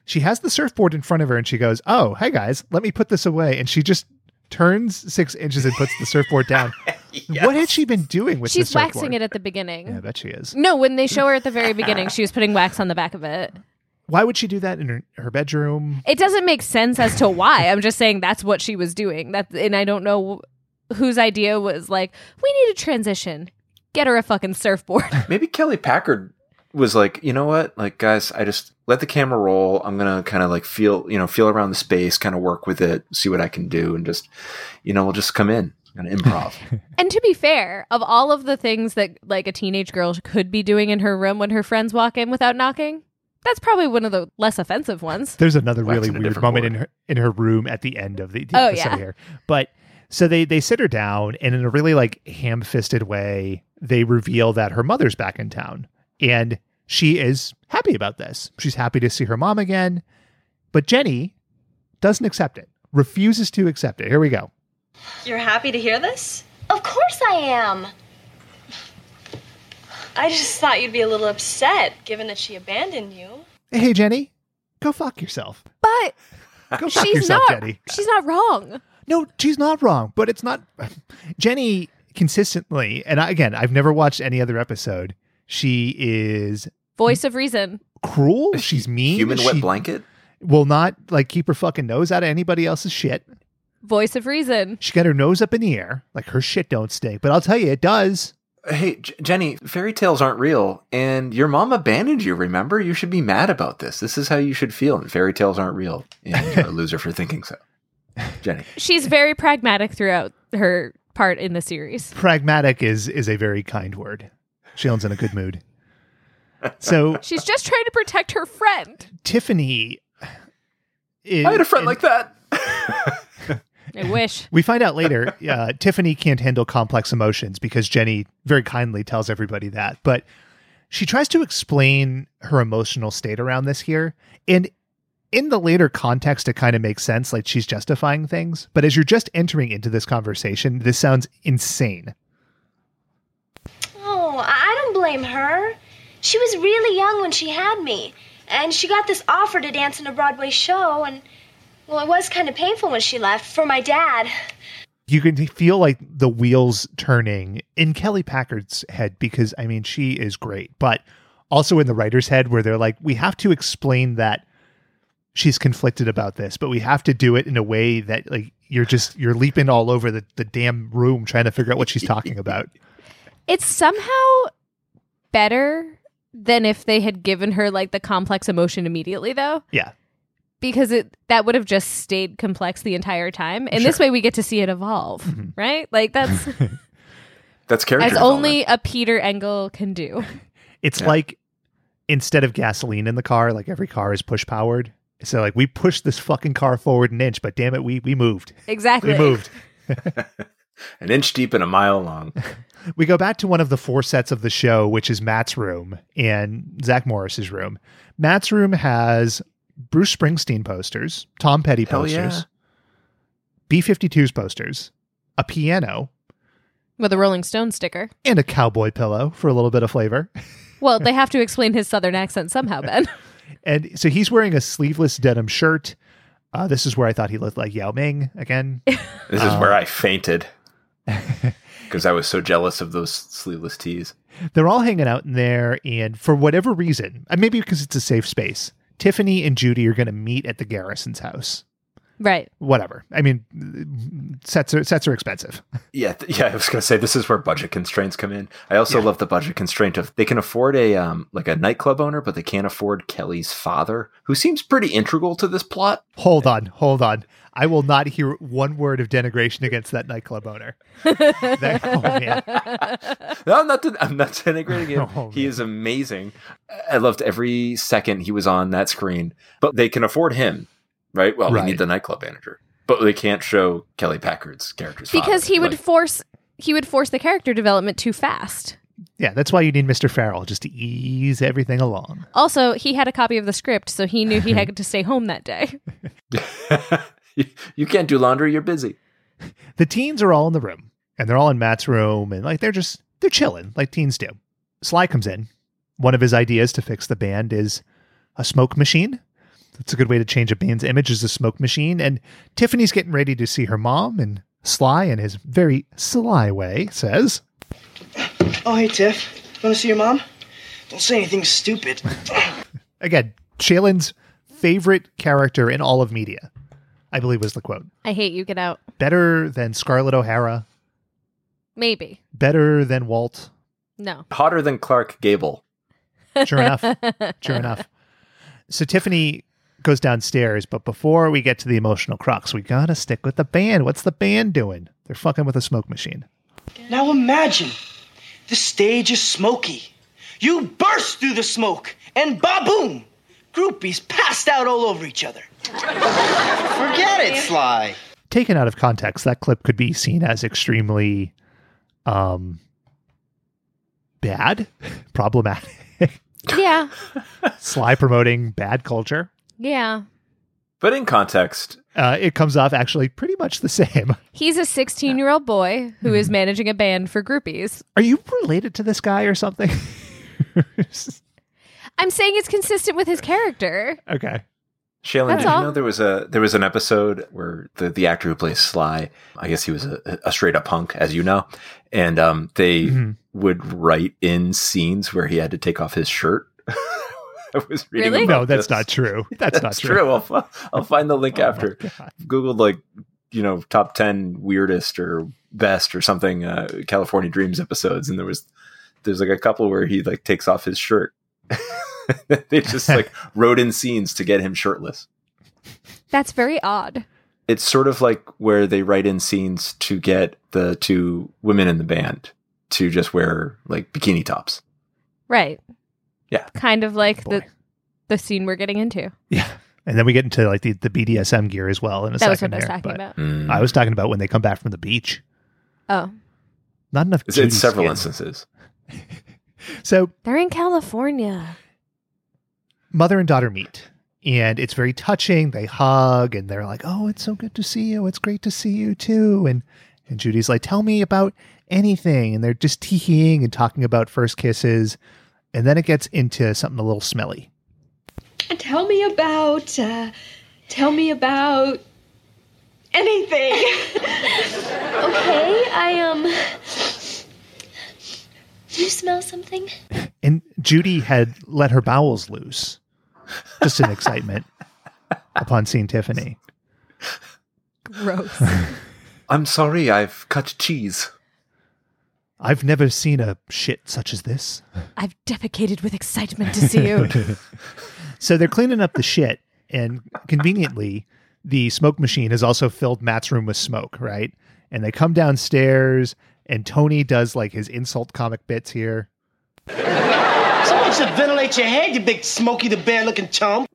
She has the surfboard in front of her and she goes, Oh, hey guys, let me put this away. And she just turns six inches and puts the surfboard down. What had she been doing with She's the surfboard? waxing it at the beginning. Yeah, I bet she is. No, when they show her at the very beginning, she was putting wax on the back of it. Why would she do that in her, her bedroom? It doesn't make sense as to why. I'm just saying that's what she was doing. That and I don't know wh- whose idea was like, we need a transition. Get her a fucking surfboard. Maybe Kelly Packard was like, you know what, like guys, I just let the camera roll. I'm gonna kind of like feel, you know, feel around the space, kind of work with it, see what I can do, and just, you know, we'll just come in. I'm gonna improv. And to be fair, of all of the things that like a teenage girl could be doing in her room when her friends walk in without knocking, that's probably one of the less offensive [laughs] ones. There's another really Waxing a weird different moment board. in her in her room at the end of the, the Oh, episode yeah. here. But so they they sit her down and in a really like ham fisted way, they reveal that her mother's back in town. And she is happy about this. She's happy to see her mom again. But Jenny doesn't accept it, refuses to accept it. Here we go. You're happy to hear this? Of course I am. I just thought you'd be a little upset given that she abandoned you. Hey Jenny, go fuck yourself. But [laughs] Go fuck she's yourself, not Jenny. she's not wrong. No, she's not wrong, but it's not Jenny consistently. And I, again, I've never watched any other episode. She is Voice of reason. cruel. She's mean. Human she wet blanket. Will not like keep her fucking nose out of anybody else's shit. Voice of reason. She got her nose up in the air. Like her shit don't stink, but I'll tell you, it does. Hey, J- Jenny, fairy tales aren't real, and your mom abandoned you, remember? You should be mad about this. This is how you should feel, and fairy tales aren't real, and you're a loser for thinking so. Jenny. She's very pragmatic throughout her part in the series. Pragmatic is is a very kind word. Shailen's in a good mood. So [laughs] She's just trying to protect her friend. Tiffany, is, I had a friend like that. I wish. We find out later [laughs] uh, Tiffany can't handle complex emotions because Jenny very kindly tells everybody that. But she tries to explain her emotional state around this here. And in the later context, it kind of makes sense. Like she's justifying things. But as you're just entering into this conversation, this sounds insane. Oh, blame her. She was really young when she had me, and she got this offer to dance in a Broadway show, and well, it was kind of painful when she left for my dad. you can feel like the wheels turning in Kelly Packard's head because I mean she is great, but also in the writer's head where they're like, we have to explain that she's conflicted about this, but we have to do it in a way that like you're just you're leaping all over the, the damn room trying to figure out what she's talking about. It's somehow better than if they had given her like the complex emotion immediately though. Yeah. because it that would have just stayed complex the entire time and this way we get to see it evolve right like that's That's character. as only a peter engel can do It's like instead of gasoline in the car, like every car is push powered. So like we pushed this fucking car forward an inch, but damn it, we we moved. exactly We moved. development. an inch deep and a mile long. We go back to one of the four sets of the show, which is Matt's room and Zach Morris's room. Matt's room has Bruce Springsteen posters, Tom Petty Hell posters, yeah. B 52's posters, a piano, with a rolling stone sticker and a cowboy pillow for a little bit of flavor. well they have to explain his southern accent somehow ben And so he's wearing a sleeveless denim shirt. Uh, this is where I thought he looked like Yao Ming again. This is where I fainted because I was so jealous of those sleeveless tees. They're all hanging out in there, and for whatever reason, and maybe because it's a safe space, Tiffany and Judy are going to meet at the Garrison's house. right whatever. I mean, sets are sets are expensive. Yeah, th- yeah. I was gonna say this is where budget constraints come in. I also love the budget constraint of they can afford a um like a nightclub owner, but they can't afford Kelly's father, who seems pretty integral to this plot. Hold on, hold on. I will not hear one word of denigration against that nightclub owner. That- oh man, No, I'm not. den- I'm not denigrating him. [laughs] Oh, he man. is amazing. I loved every second he was on that screen. But they can afford him, right? Well, Right. we need the nightclub manager, but they can't show Kelly Packard's [laughs] character's because father. he would Like, force he would force the character development too fast yeah. That's why you need Mr. Farrell just to ease everything along. also he had a copy of the script so he knew he had to stay home that day you, [laughs] you can't do laundry. You're busy. The teens are all in the room, and they're all in Matt's room, and like they're just they're chilling like teens do. Sly comes in. One of his ideas to fix the band is a smoke machine. That's a good way to change a band's image is a smoke machine. And Tiffany's getting ready to see her mom, and Sly, in his very sly way, says, Oh, hey, Tiff. Want to see your mom? Don't say anything stupid. again, Shailen's favorite character in all of media, I believe was the quote. i hate you get out Better than Scarlett O'Hara, maybe better than Walt. no Hotter than Clark Gable. Sure enough. Sure enough. So Tiffany goes downstairs, but before we get to the emotional crux, we gotta stick with the band. What's the band doing? They're fucking with a smoke machine. Now imagine the stage is smoky. You burst through the smoke, and ba-boom! Groupies passed out all over each other. Forget it, Sly. Taken out of context, that clip could be seen as extremely um bad, [laughs] problematic. [laughs] yeah Sly promoting bad culture. [laughs] yeah But in context, Uh, it comes off actually pretty much the same. He's a 16 year old boy who is managing a band for groupies. Are you related to this guy or something? [laughs] I'm saying it's consistent with his character. okay. [clears throat] Shaylin, That's did all. you know there was a there was an episode where the the actor who plays Sly, I guess he was a, a straight up punk, as you know, and um, they Mhm. would write in scenes where he had to take off his shirt. [laughs] I was reading. Really? No, about that's this. not true. That's, not That's true. I'll, fi- I'll find the [laughs] link Oh my after. God. Googled like you know top ten weirdest or best or something uh, California Dreams episodes, and there was there's like a couple where he like takes off his shirt. [laughs] they [laughs] just like wrote in scenes to get him shirtless. That's very odd. it's sort of like where they write in scenes to get the two women in the band to just wear like bikini tops. Right. Yeah. Kind of like the, Boy. the scene we're getting into. Yeah. And then we get into like the, the BDSM gear as well in a That was second. what I was there, talking but about. I was talking about when they come back from the beach. Oh, Not enough. It's, Judy it's several skin. instances. So they're in California. mother and daughter meet, and it's very touching. They hug, and they're like, "Oh, it's so good to see you. It's great to see you too." And and Judy's like, "Tell me about anything. And they're just teeing and talking about first kisses. And then it gets into something a little smelly. Tell me about. Uh, tell me about. Anything. [laughs] [laughs] Okay, I, um. Do you smell something? And Judy had let her bowels loose just in [laughs] excitement upon seeing Tiffany. [laughs] Gross. I'm sorry, I've cut cheese. I've never seen a shit such as this. I've defecated with excitement to see [laughs] you. So they're cleaning up the shit, and conveniently, the smoke machine has also filled Matt's room with smoke, right? And they come downstairs, and Tony does like his insult comic bits here. Someone should ventilate your head, you big Smokey the Bear looking chump.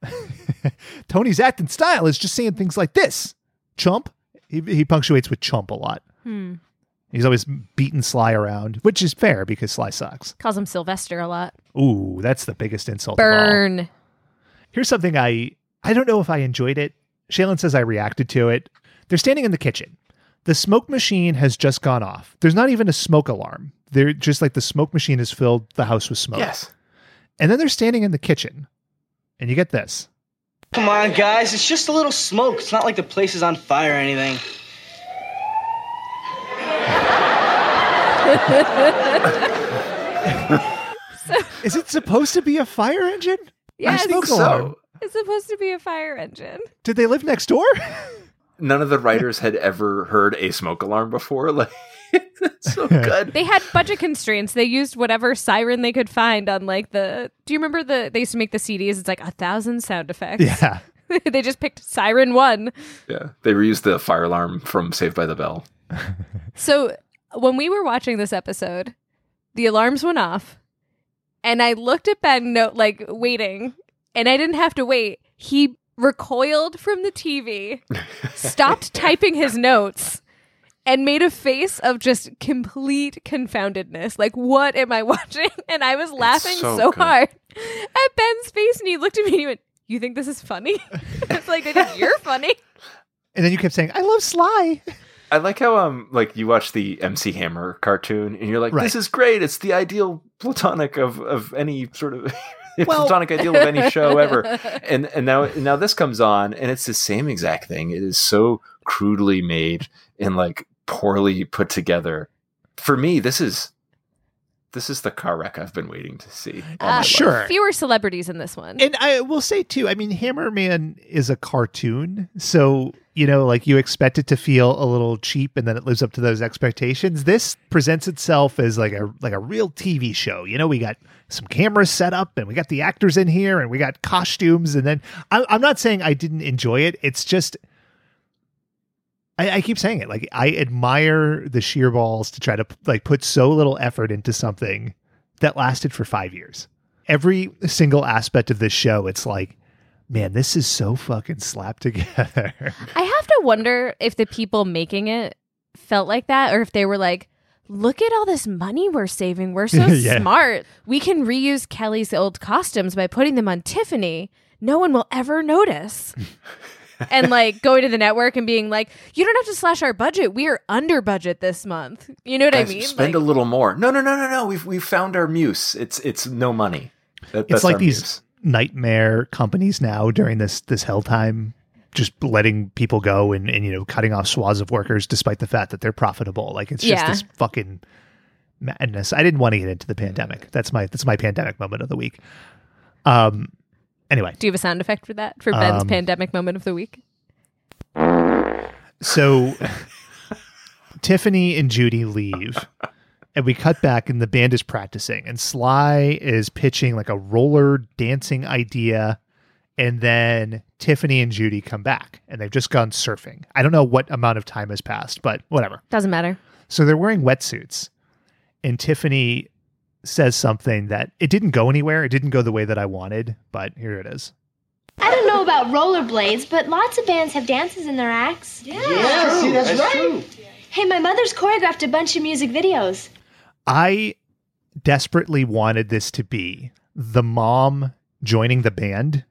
Tony's acting style is just saying things like this chump. He, he punctuates with chump a lot. He's always beating Sly around, which is fair because Sly sucks. Calls him Sylvester a lot. Ooh, that's the biggest insult. of all. Burn. Here's something I I don't know if I enjoyed it. Shaylin says I reacted to it. They're standing in the kitchen. The smoke machine has just gone off. There's not even a smoke alarm. They're just like the smoke machine has filled the house with smoke. And then they're standing in the kitchen. And you get this. Come on, guys, it's just a little smoke. It's not like the place is on fire or anything. Is it supposed to be a fire engine? Yes. I think so. It's supposed to be a fire engine. Did they live next door? None of the writers had ever heard a smoke alarm before. [laughs] Like, it's so good. They had budget constraints. They used whatever siren they could find on like the Do you remember the they used to make the CDs? It's like a thousand sound effects. yeah. [laughs] they just picked siren 1. Yeah, they reused the fire alarm from Saved by the Bell. So when we were watching this episode, the alarms went off, and I looked at Ben, no, like waiting, and I didn't have to wait. He recoiled from the TV, [laughs] stopped typing his notes, and made a face of just complete confoundedness. Like, what am I [laughs] watching? And I was laughing so so, good. hard at Ben's face, and he looked at me and he went, "You think this is funny?" [laughs] it's like I think you're [laughs] funny. And then you kept saying, I love Sly. I like how um like you watch the MC Hammer cartoon and you're like, Right. this is great. It's the ideal platonic of of any sort of [laughs] Well- platonic ideal of any [laughs] show ever. And and now and now this comes on and it's the same exact thing. It is so crudely made and like poorly put together. For me, this is this is the car wreck I've been waiting to see. all my Uh, life. Sure. Fewer celebrities in this one. And I will say too, I mean, Hammerman is a cartoon, so you know, like you expect it to feel a little cheap, and then it lives up to those expectations. This presents itself as like a like a real TV show. You know, we got some cameras set up, and we got the actors in here, and we got costumes, and then I, I'm not saying I didn't enjoy it. It's just. I, I keep saying it. Like I admire the sheer balls to try to like put so little effort into something that lasted for five years every single aspect of this show, it's like, man, this is so fucking slapped together. [laughs] I have to wonder if the people making it felt like that or if they were like, look at all this money we're saving. We're so [laughs] Yeah. smart. We can reuse Kelly's old costumes by putting them on Tiffany. No one will ever [laughs] notice. and like going to the network and being like, you don't have to slash our budget. We are under budget this month. You know what Guys, I mean? spend Like- a little more. No, no, no, no, no. We've we've found our muse. It's it's no money. That, it's that's like our these muse. nightmare companies now during this this hell time, just letting people go and, and you know cutting off swaths of workers despite the fact that they're profitable. Like it's Yeah. just this fucking madness. I didn't want to get into the pandemic. That's my that's my pandemic moment of the week. Um. Anyway, Do you have a sound effect for that? For Ben's Um, pandemic moment of the week? So Tiffany and Judy leave, and we cut back, and the band is practicing, and Sly is pitching like a roller dancing idea. And then Tiffany and Judy come back, and they've just gone surfing. I don't know what amount of time has passed, but whatever. Doesn't matter. So they're wearing wetsuits, and Tiffany says something that it didn't go anywhere. It didn't go the way that I wanted, but here it is. I don't know about rollerblades, but lots of bands have dances in their acts. Yeah, see, that's, right. Hey, my mother's choreographed a bunch of music videos. I desperately wanted this to be [laughs] the mom joining the band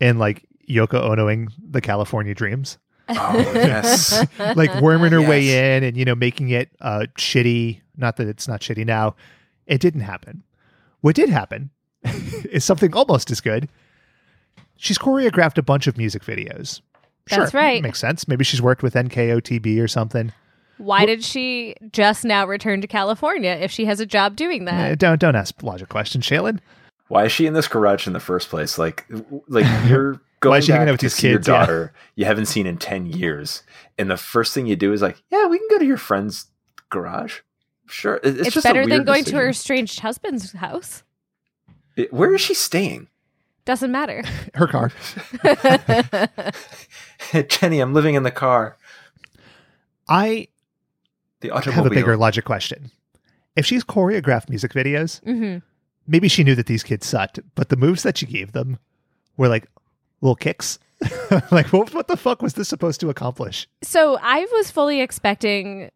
and like Yoko Onoing the California Dreams. [laughs] Oh, yes. like worming her way Yes. in and you know making it uh shitty not that it's not shitty now it didn't happen what did happen [laughs] is something almost as good she's choreographed a bunch of music videos That's right. makes sense maybe she's worked with nkotb or something Why did she just now return to California if she has a job doing that? Eh, don't don't ask logic questions shaylin Why is she in this garage in the first place? Like, w- [laughs] like you're going Why is she back hanging out with to these see your kids? Yeah. daughter you haven't seen in ten years, and the first thing you do is like, yeah, we can go to your friend's garage. Sure, It- it's, it's just a better than weird going to her decision. estranged husband's house. It- where is she staying? [laughs] Doesn't matter. [laughs] her car Jenny, I'm living in the car. i The have automobile. a bigger logic question if she's choreographed music videos hmm maybe she knew that these kids sucked, but the moves that she gave them were like little kicks. [laughs] like, what, what the fuck was this supposed to accomplish? So I was fully expecting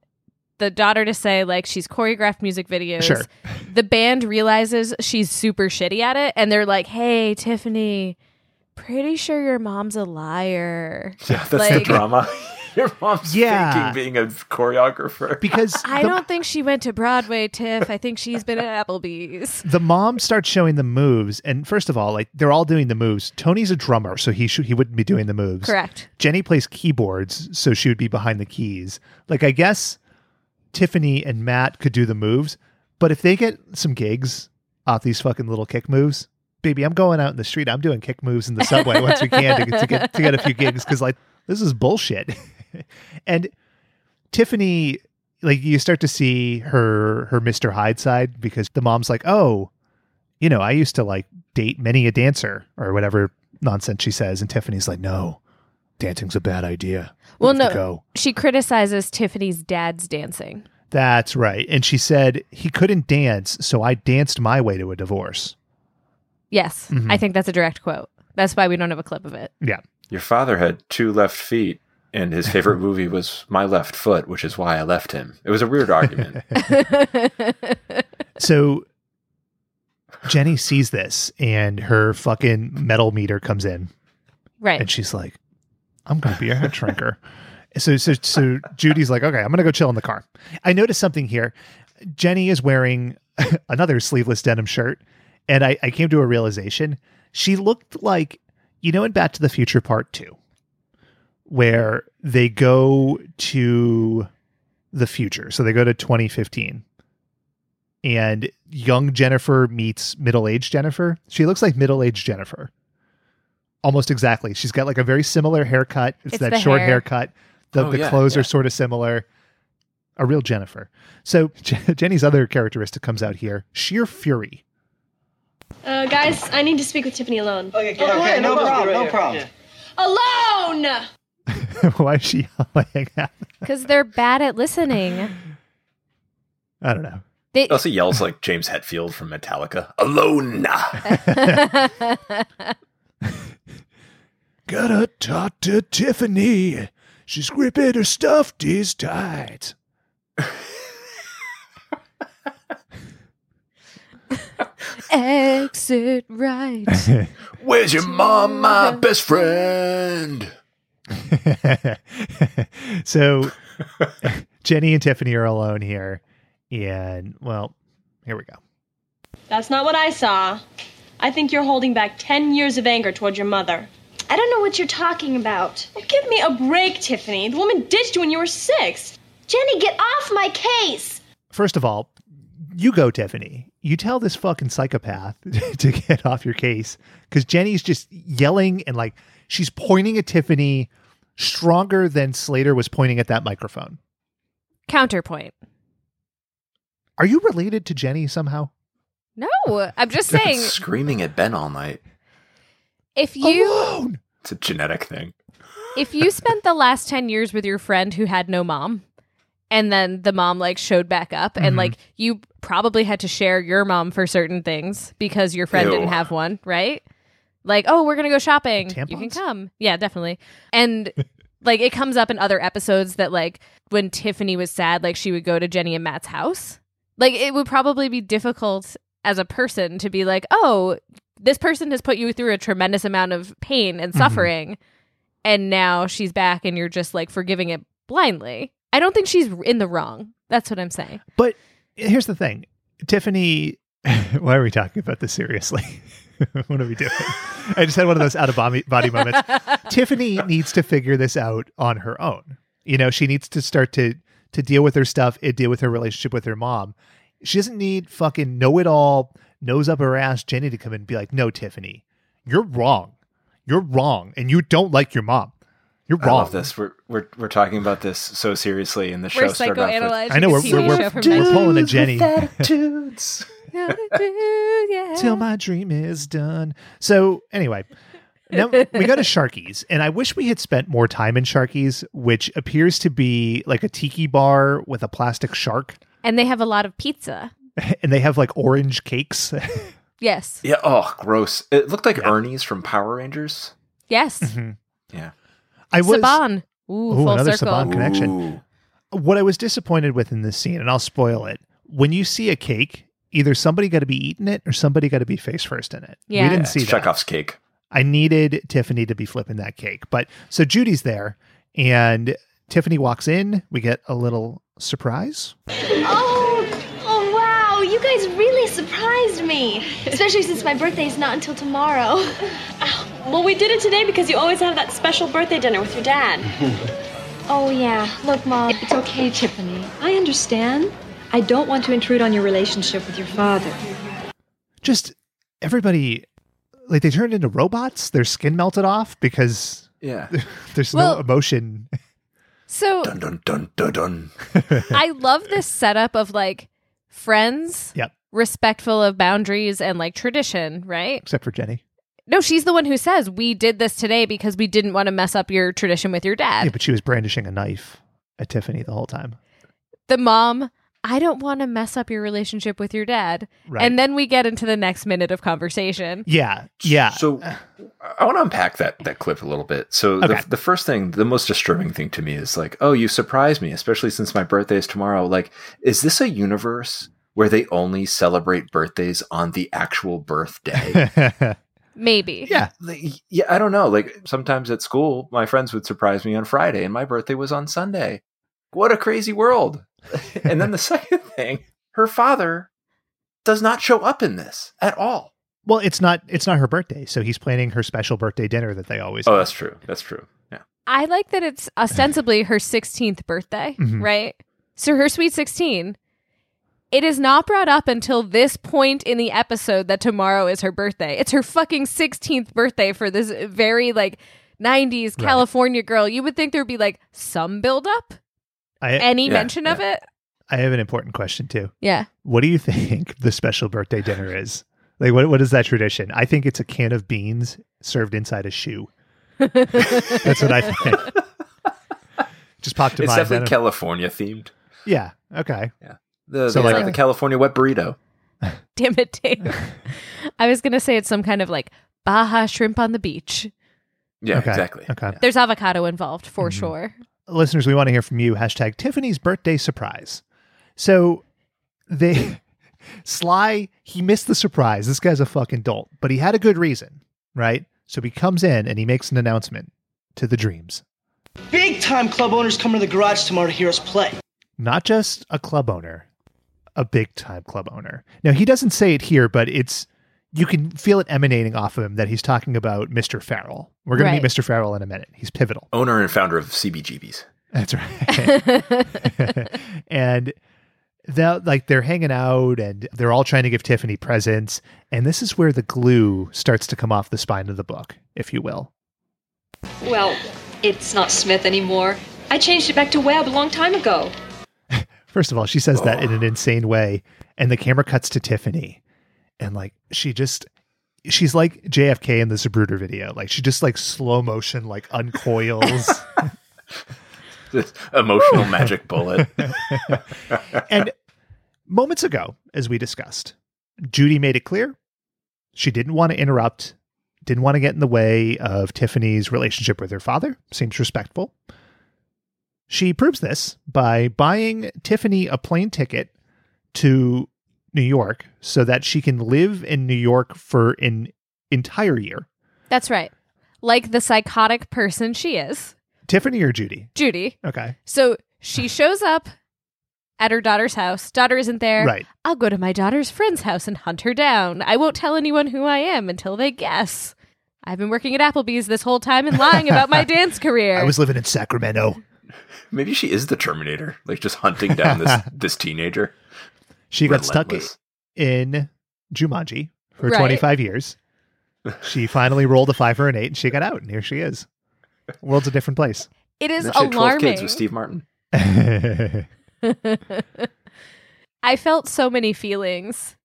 the daughter to say like she's choreographed music videos. Sure. The band realizes she's super shitty at it, and they're like, "Hey, Tiffany, pretty sure your mom's a liar." Yeah, that's the Like- drama. [laughs] Your mom's Yeah. faking being a choreographer. Because I the, don't think she went to Broadway, Tiff. I think she's been at [laughs] Applebee's. the mom starts showing the moves, and first of all, like they're all doing the moves. Tony's a drummer, so he should he wouldn't be doing the moves. Correct. Jenny plays keyboards, so she would be behind the keys. Like, I guess Tiffany and Matt could do the moves, but if they get some gigs off these fucking little kick moves, baby, I'm going out in the street. I'm doing kick moves in the [laughs] subway once we can to get to get, to get a few gigs because, like, this is bullshit. [laughs] and Tiffany, like, you start to see her her Mr. Hyde side because the mom's like, oh, you know, I used to like date many a dancer or whatever nonsense she says, and Tiffany's like, no. Dancing's a bad idea. We Well, have to no. go. She criticizes Tiffany's dad's dancing. That's right. And she said he couldn't dance, so I danced my way to a divorce. Yes, Mm-hmm. I think that's a direct quote. That's why we don't have a clip of it. Yeah. Your father had two left feet, [laughs] and his favorite movie was My Left Foot, which is why I left him. It was a weird argument. So Jenny sees this and her fucking metal meter comes in and [laughs] Right. she's like, I'm gonna be a head shrinker. [laughs] so so so Judy's like, okay, I'm gonna go chill in the car. I noticed something here. Jenny is wearing [laughs] another sleeveless denim shirt, and I, I came to a realization. She looked like, you know, in Back to the Future Part Two, where they go to the future. So they go to 2015. And young Jennifer meets middle aged Jennifer. She looks like middle aged Jennifer. Almost exactly. She's got like a very similar haircut. It's, It's that the short hair. haircut. The, Oh, the yeah, clothes yeah. are sort of similar. A real Jennifer. So [laughs] Je- Jenny's other characteristic comes out here sheer fury. [laughs] Uh, guys, I need to speak with Tiffany alone. Okay, okay, no problem, no problem. Alone! Why is she [laughs] yelling? at- Because they're bad at listening. I don't know. They, He also yells like James Hetfield from Metallica, alone. Gotta talk to Tiffany. She's gripping her stuff these tight. [laughs] Exit right. Where's your mom, my best friend? [laughs] so [laughs] Jenny and Tiffany are alone here. And well, here we go. That's not what I saw. I think you're holding back 10 years of anger toward your mother. I don't know what you're talking about. Give me a break, Tiffany. The woman ditched you when you were six. Jenny, get off my case! First of all, you go, Tiffany. You tell this fucking psychopath [laughs] to get off your case because Jenny's just yelling and like she's pointing at Tiffany stronger than Slater was pointing at that microphone. Counterpoint. Are you related to Jenny somehow? No, I'm just saying Screaming at Ben all night. if Oh, you Alone. It's a genetic thing. if you spent the last 10 years with your friend who had no mom and then the mom like showed back up and like you probably had to share your mom for certain things because your friend Ew. didn't have one, right? Like, "Oh, we're going to go shopping. You can Tampons? come." Yeah, definitely. And like it comes up in other episodes that like when Tiffany was sad, like she would go to Jenny and Matt's house. Like it would probably be difficult as a person to be Mm-hmm. like, "Oh, this person has put you through a tremendous amount of pain and suffering and now she's back and you're just like forgiving it blindly. I don't think she's in the wrong. That's what I'm saying. But here's the thing Tiffany, [laughs] why are we talking about this seriously? [laughs] what are we doing? I just had one of those out of body [laughs] body moments. Tiffany [laughs] needs to figure this out on her own. You know, she needs to start to to deal with her stuff and deal with her relationship with her mom. She doesn't need fucking know it all, nose up her ass Jenny to come in and be like, no, Tiffany, you're wrong. You're wrong. And you don't like your mom. You're I wrong. love this. We're, we're we're talking about this so seriously, and the show We're started off with psychoanalyzing. I know a we're, TV we're, show we're, from [laughs] we're 19- pulling a Jenny. attitudes. Hallelujah. till my dream is done. So anyway, now we go to Sharky's, and I wish we had spent more time in Sharky's, which appears to be like a tiki bar with a plastic shark, And they have a lot of pizza. and they have like orange cakes. [laughs] Yes. [laughs] yeah. Oh, gross. It looked like Ernie's from Power Rangers. Yes. Yeah. Mm-hmm. I was Saban. Ooh, full another circle. Saban. Connection. Ooh. what I was disappointed with in this scene, and I'll spoil it. When you see a cake, either somebody got to be eating it or somebody got to be face first in it. Yeah. we didn't It's see that. Chekhov's cake. I needed Tiffany to be flipping that cake. But so Judy's there, and Tiffany walks in. We get a little surprise. Oh, oh wow! You guys really surprised me, especially since my birthday's not until tomorrow. Ah, Well, we did it today because you always have that special birthday dinner with [laughs] your dad. Oh yeah, look, mom. It's okay, Tiffany. I understand. I don't want to intrude on your relationship with your father. Just everybody, like they turned into robots. Their skin melted off because [laughs] Yeah. there's Well- no emotion. So [laughs] dun dun dun dun dun. I love this setup of like friends, Yep, respectful of boundaries and like tradition, right? except for Jenny. No, she's the one who says we did this today because we didn't want to mess up your tradition with your dad. Yeah, but she was brandishing a knife at Tiffany the whole time. The mom, I don't want to mess up your relationship with your dad. Right. And then we get into the next minute of conversation. Yeah, yeah. So I want to unpack that that clip a little bit. So Okay. the, the first thing, the most disturbing thing to me is like, oh, you surprised me, especially since my birthday is tomorrow. Like, is this a universe where they only celebrate birthdays on the [laughs] actual birthday? Maybe. yeah, Like, yeah, I don't know. Like sometimes at school, my friends would surprise me on Friday, and my birthday was on Sunday. What a crazy world! [laughs] and then the second thing, her father does not show up in this at all. well, it's not it's not her birthday, so he's planning her special birthday dinner that they always. Oh, that's true. That's true. Yeah. I like that it's ostensibly her 16th birthday, Mm-hmm. Mhm. right? So her sweet 16. It is not brought up until this point in the episode that tomorrow is her birthday. It's her fucking 16th birthday for this very like 90s Right. California girl. You would think there would be like some buildup, I any Eh, Yeah, mention of yeah. it. I have an important question too. Yeah. What do you think [laughs] the special birthday dinner is? Like, what what is that tradition? I think it's a can of beans served inside a shoe. That's what I think. Just popped in It's my mind. definitely then. California themed. yeah. Okay. The, So, it's like- like the California wet burrito. Damn it, [laughs] Dave. I was going to say it's some kind of like Baja shrimp on the beach. Yeah, Okay. exactly. Okay. Yeah. There's avocado involved for Mm-hmm. sure. Listeners, we want to hear from you. Hashtag Tiffany's birthday surprise. So they [laughs] Sly, he missed the surprise. This guy's a fucking dolt, but he had a good reason, right? So he comes in and he makes an announcement to the dreams. Big time club owners come to the garage tomorrow to hear us play. not just a club owner, a big time club owner. Now he doesn't say it here, but it's you can feel it emanating off of him that he's talking about Mr. Farrell. We're going to Right. meet Mr. Farrell in a minute. He's pivotal. Owner and founder of CBGB's. That's right. [laughs] and they're like they're hanging out and they're all trying to give Tiffany presents, and this is where the glue starts to come off the spine of the book, if you will. Well, it's not Smith anymore. I changed it back to Webb a long time ago. First of all, she says that in an insane way, and the camera cuts to Tiffany, and like she just, she's like JFK in the Zabruder video, like she just like slow motion like uncoils, This [laughs] emotional magic bullet. and moments ago, as we discussed, Judy made it clear she didn't want to interrupt, didn't want to get in the way of Tiffany's relationship with her father. Seems respectful. She proves this by buying Tiffany a plane ticket to New York so that she can live in New York for an entire year. That's right. like the psychotic person she is, Tiffany or Judy? Judy. Okay. So she shows up at her daughter's house. Daughter isn't there. Right. I'll go to my daughter's friend's house and hunt her down. I won't tell anyone who I am until they guess. I've been working at Applebee's this whole time and lying about [laughs] my dance career. I was living in Sacramento. Maybe she is the Terminator, like just hunting down [laughs] this this teenager. She got stuck Relentless. in Jumanji for Right. 25 years. She finally rolled a fiver and eight and she got out, and here she is. World's a different place. [laughs] it is And then she had 12 alarming. kids with Steve Martin. yeah. [laughs] I felt so many feelings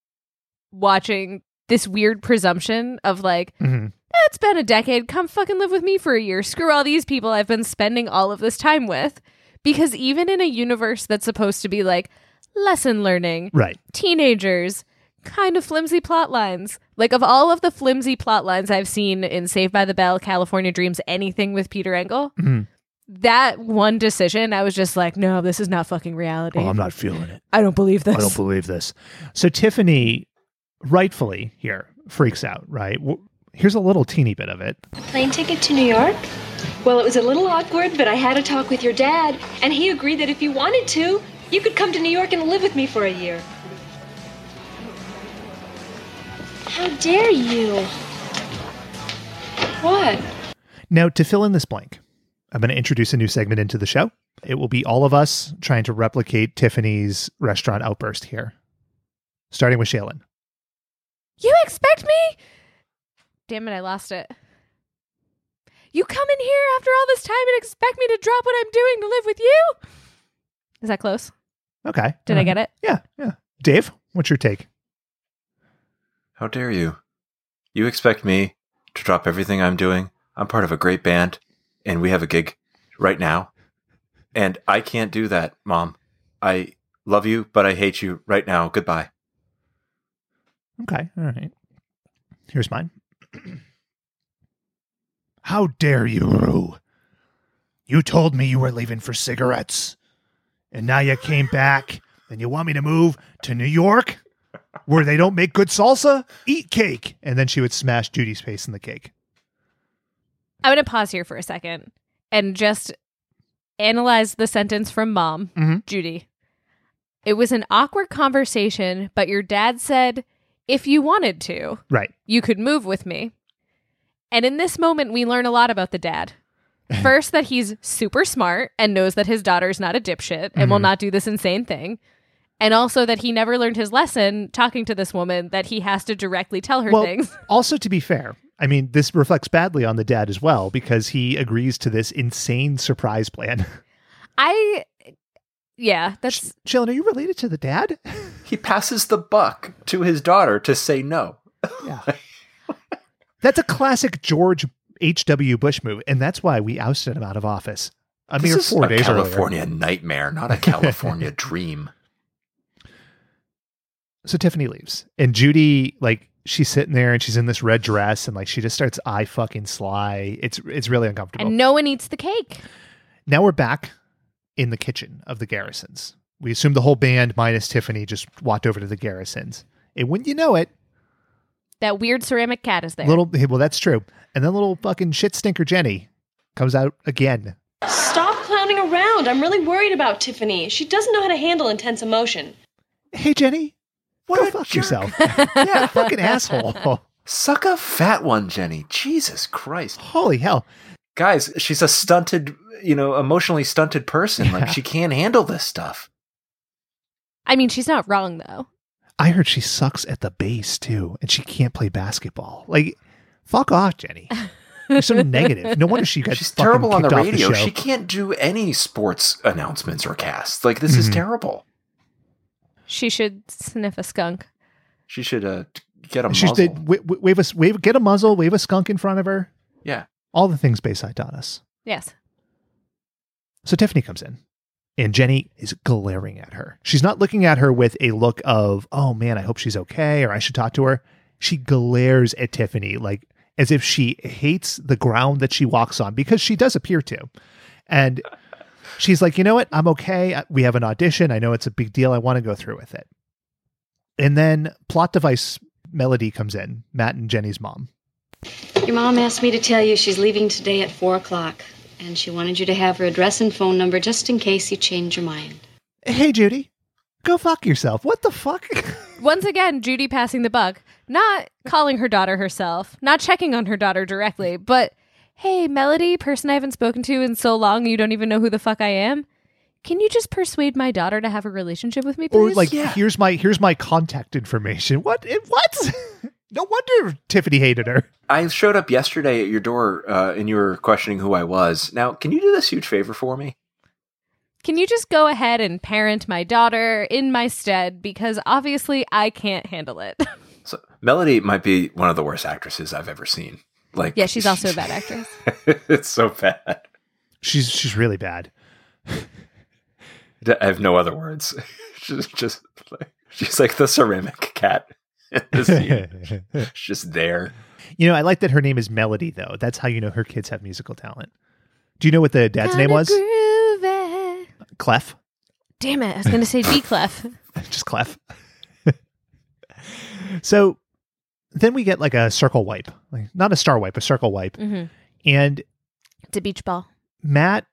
watching this weird presumption of like, Mhm. it's been a decade. Come fucking live with me for a year. Screw all these people I've been spending all of this time with. Because even in a universe that's supposed to be like lesson learning, Right. teenagers, kind of flimsy plot lines. Like, of all of the flimsy plot lines I've seen in Saved by the Bell, California Dreams, anything with Peter Engel, Mhm. that one decision, I was just like, no, this is not fucking reality. Oh, I'm not feeling it. I don't believe this. I don't believe this. So Tiffany, rightfully here, freaks out, right? W- Here's a little teeny bit of it. Plane ticket to New York? Well, it was a little awkward, but I had a talk with your dad, and he agreed that if you wanted to, you could come to New York and live with me for a year. How dare you? What? Now, to fill in this blank, I'm going to introduce a new segment into the show. It will be all of us trying to replicate Tiffany's restaurant outburst here, starting with Shaylin. You expect me? Damn it, I lost it. You come in here after all this time and expect me to drop what I'm doing to live with you? Is that close? Okay. Did I get it? Yeah. Yeah. Dave, what's your take? How dare you? You expect me to drop everything I'm doing? I'm part of a great band, and we have a gig right now. And I can't do that, Mom. I love you, but I hate you right now. Goodbye. Okay. All right. Here's mine. How dare you, Rue? You told me you were leaving for cigarettes. And now you came back and you want me to move to New York where they don't make good salsa? Eat cake. And then she would smash Judy's face in the cake. [laughs] I'm going to pause here for a second and just analyze the sentence from mom, Mhm. Judy. It was an awkward conversation, but your dad said, if you wanted to, Right. you could move with me. And in this moment, we learn a lot about the dad. First, that he's super smart and knows that his daughter's not a dipshit and will not do this insane thing. And also that he never learned his lesson talking to this woman that he has to directly tell her things. [laughs] also, to be fair, I mean, this reflects badly on the dad as well because he agrees to this insane surprise plan. [laughs] I, yeah, that's Shailen, are you related to the dad? He passes the buck to his daughter to say no. [laughs] That's a classic George H.W. Bush move, and that's why we ousted him out of office. A mere this is four a days earlier. California nightmare, not [laughs] a California dream. So Tiffany leaves, and Judy, like, she's sitting there and she's in this red dress, and like, she just starts eye fucking sly. It's it's really uncomfortable. And no one eats the cake. now we're back in the kitchen of the Garrisons. We assume the whole band minus Tiffany just walked over to the Garrisons, and wouldn't you know it, That weird ceramic cat is there. little hey, well that's true, and then little fucking shit stinker Jenny comes out again. Stop clowning around. I'm really worried about Tiffany. She doesn't know how to handle intense emotion. Hey Jenny, what go fuck [laughs] yourself? yeah, fucking asshole. [laughs] Suck a fat one, Jenny. Jesus Christ. Holy hell. Guys, she's a stunted, you know, emotionally stunted person. Like, she can't handle this stuff. I mean, she's not wrong, though. I heard she sucks at the bass too, and she can't play basketball. Like, fuck off, Jenny. You're so negative. No [laughs] wonder she got She's fucking terrible on the kicked off radio. show. she can't do any sports announcements or casts. Like this is Mhm. terrible. She should sniff a skunk. She should uh, t- get a She's muzzle. did wa- wa- wave us wave get a muzzle, wave a skunk in front of her. yeah, All the things Bayside taught us. Yes. So Tiffany comes in, and Jenny is glaring at her. She's not looking at her with a look of "Oh man, I hope she's okay" or "I should talk to her." She glares at Tiffany like as if she hates the ground that she walks on because she does appear to, and she's like, "You know what? I'm okay. I- We have an audition. I know it's a big deal. I want to go through with it." And then plot device melody comes in. Matt and Jenny's mom. Your mom asked me to tell you she's leaving today at 4 o'clock, and she wanted you to have her address and phone number just in case you change your mind. Hey, Judy, go fuck yourself. What the fuck? [laughs] Once again, Judy passing the buck, not calling her daughter herself, not checking on her daughter directly, but hey, Melody, person I haven't spoken to in so long, you don't even know who the fuck I am. Can you just persuade my daughter to have a relationship with me, or please? like, here's my here's my contact information. What? It, what? [laughs] no wonder Tiffany hated her. I showed up yesterday at your door uh, and you were questioning who I was. Now, can you do this huge favor for me? Can you just go ahead and parent my daughter in my stead? Because obviously I can't handle it. [laughs] So, Melody might be one of the worst actresses I've ever seen. Like, yeah, she's also a bad actress. [laughs] it's so bad. She's she's really bad. I have no other words. [laughs] she's just like, she's like the ceramic cat. [laughs] in the [laughs] scene. she's just there. You know, I like that her name is Melody though. That's how you know her kids have musical talent. Do you know what the [laughs] dad's name Kinda was? groovy. Clef. [laughs] Damn it. I was going to say B clef. just Clef. [laughs] so then we get like a circle wipe, like not a star wipe, a circle wipe, Mhm. and It's a beach ball. Matt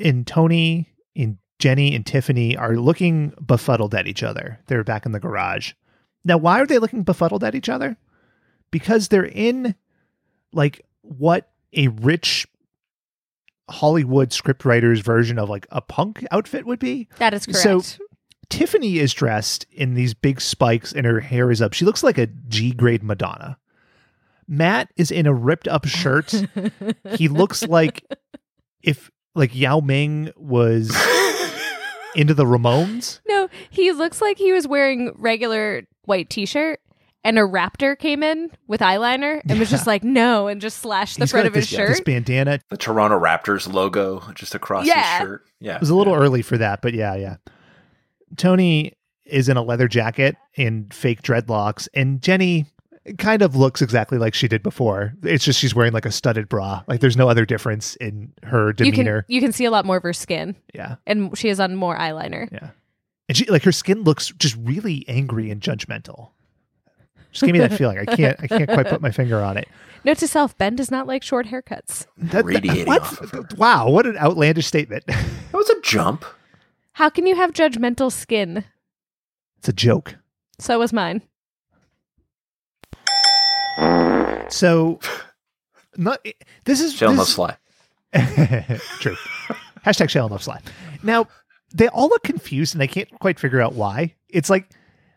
and Tony and Jenny and Tiffany are looking befuddled at each other. They're back in the garage. Now, why are they looking befuddled at each other? Because they're in like what a rich Hollywood scriptwriter's version of like a punk outfit would be. That is correct. So- Tiffany is dressed in these big spikes and her hair is up. She looks like a G grade Madonna. Matt is in a ripped up [laughs] shirt. he looks like if like Yao Ming [laughs] was into the Ramones. no, he looks like he was wearing regular white t shirt. And a raptor came in with eyeliner and was just like, no, and just slashed the He's got, front like, of his this, yeah, this shirt. bandana. It The Toronto Raptors logo just across Yeah. his shirt. Yeah. was a little early for that, but yeah, yeah. Tony is in a leather jacket and fake dreadlocks, and Jenny kind of looks exactly like she did before. It's just she's wearing like a studded bra. Like there's no other difference in her you can demeanor. you can see a lot more of her skin, yeah. and she is on more eyeliner. Yeah. And she like her skin looks just really angry and judgmental. Just gave me that feeling. I can't I can't quite put my finger on it. Note to self: Ben does not like short haircuts. That, Radiating what? off of her. Wow, what an outlandish statement. [laughs] That was a jump. How can you have judgmental skin? it's a joke. So was mine. So not this is Shall this, not fly. [laughs] True. Hashtag shall enough slide. Now, they all look confused and I can't quite figure out why. It's like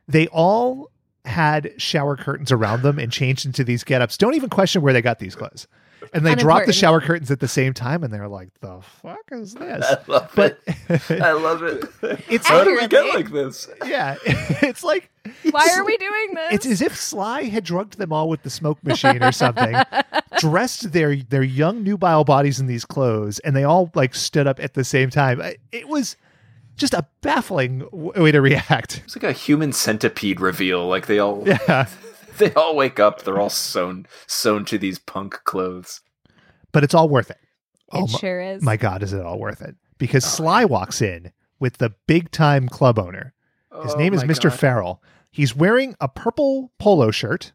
they all had shower curtains around them and changed into these get-ups. Don't even question where they got these clothes. And they dropped the Unimportant. shower curtains at the same time and they're like, the fuck is this? [laughs] I love But it. I love it. [laughs] It's- How did we get Accurately. like this? [laughs] yeah, [laughs] it's like Why are we doing this? it's as if Sly had drugged them all with the smoke machine or [laughs] something, dressed their their young nubile bodies in these clothes, and they all like stood up at the same time. I- It was just a baffling w- way to react. [laughs] It's like a human centipede reveal. Like they all Yeah, [laughs] they all wake up. They're all sewn sewn to these punk clothes. but it's all worth it. it oh my, sure is. my God, is it all worth it? Oh. Because Sly walks in with the big time club owner. His Oh name is my Mr. God. Farrell. He's wearing a purple polo shirt,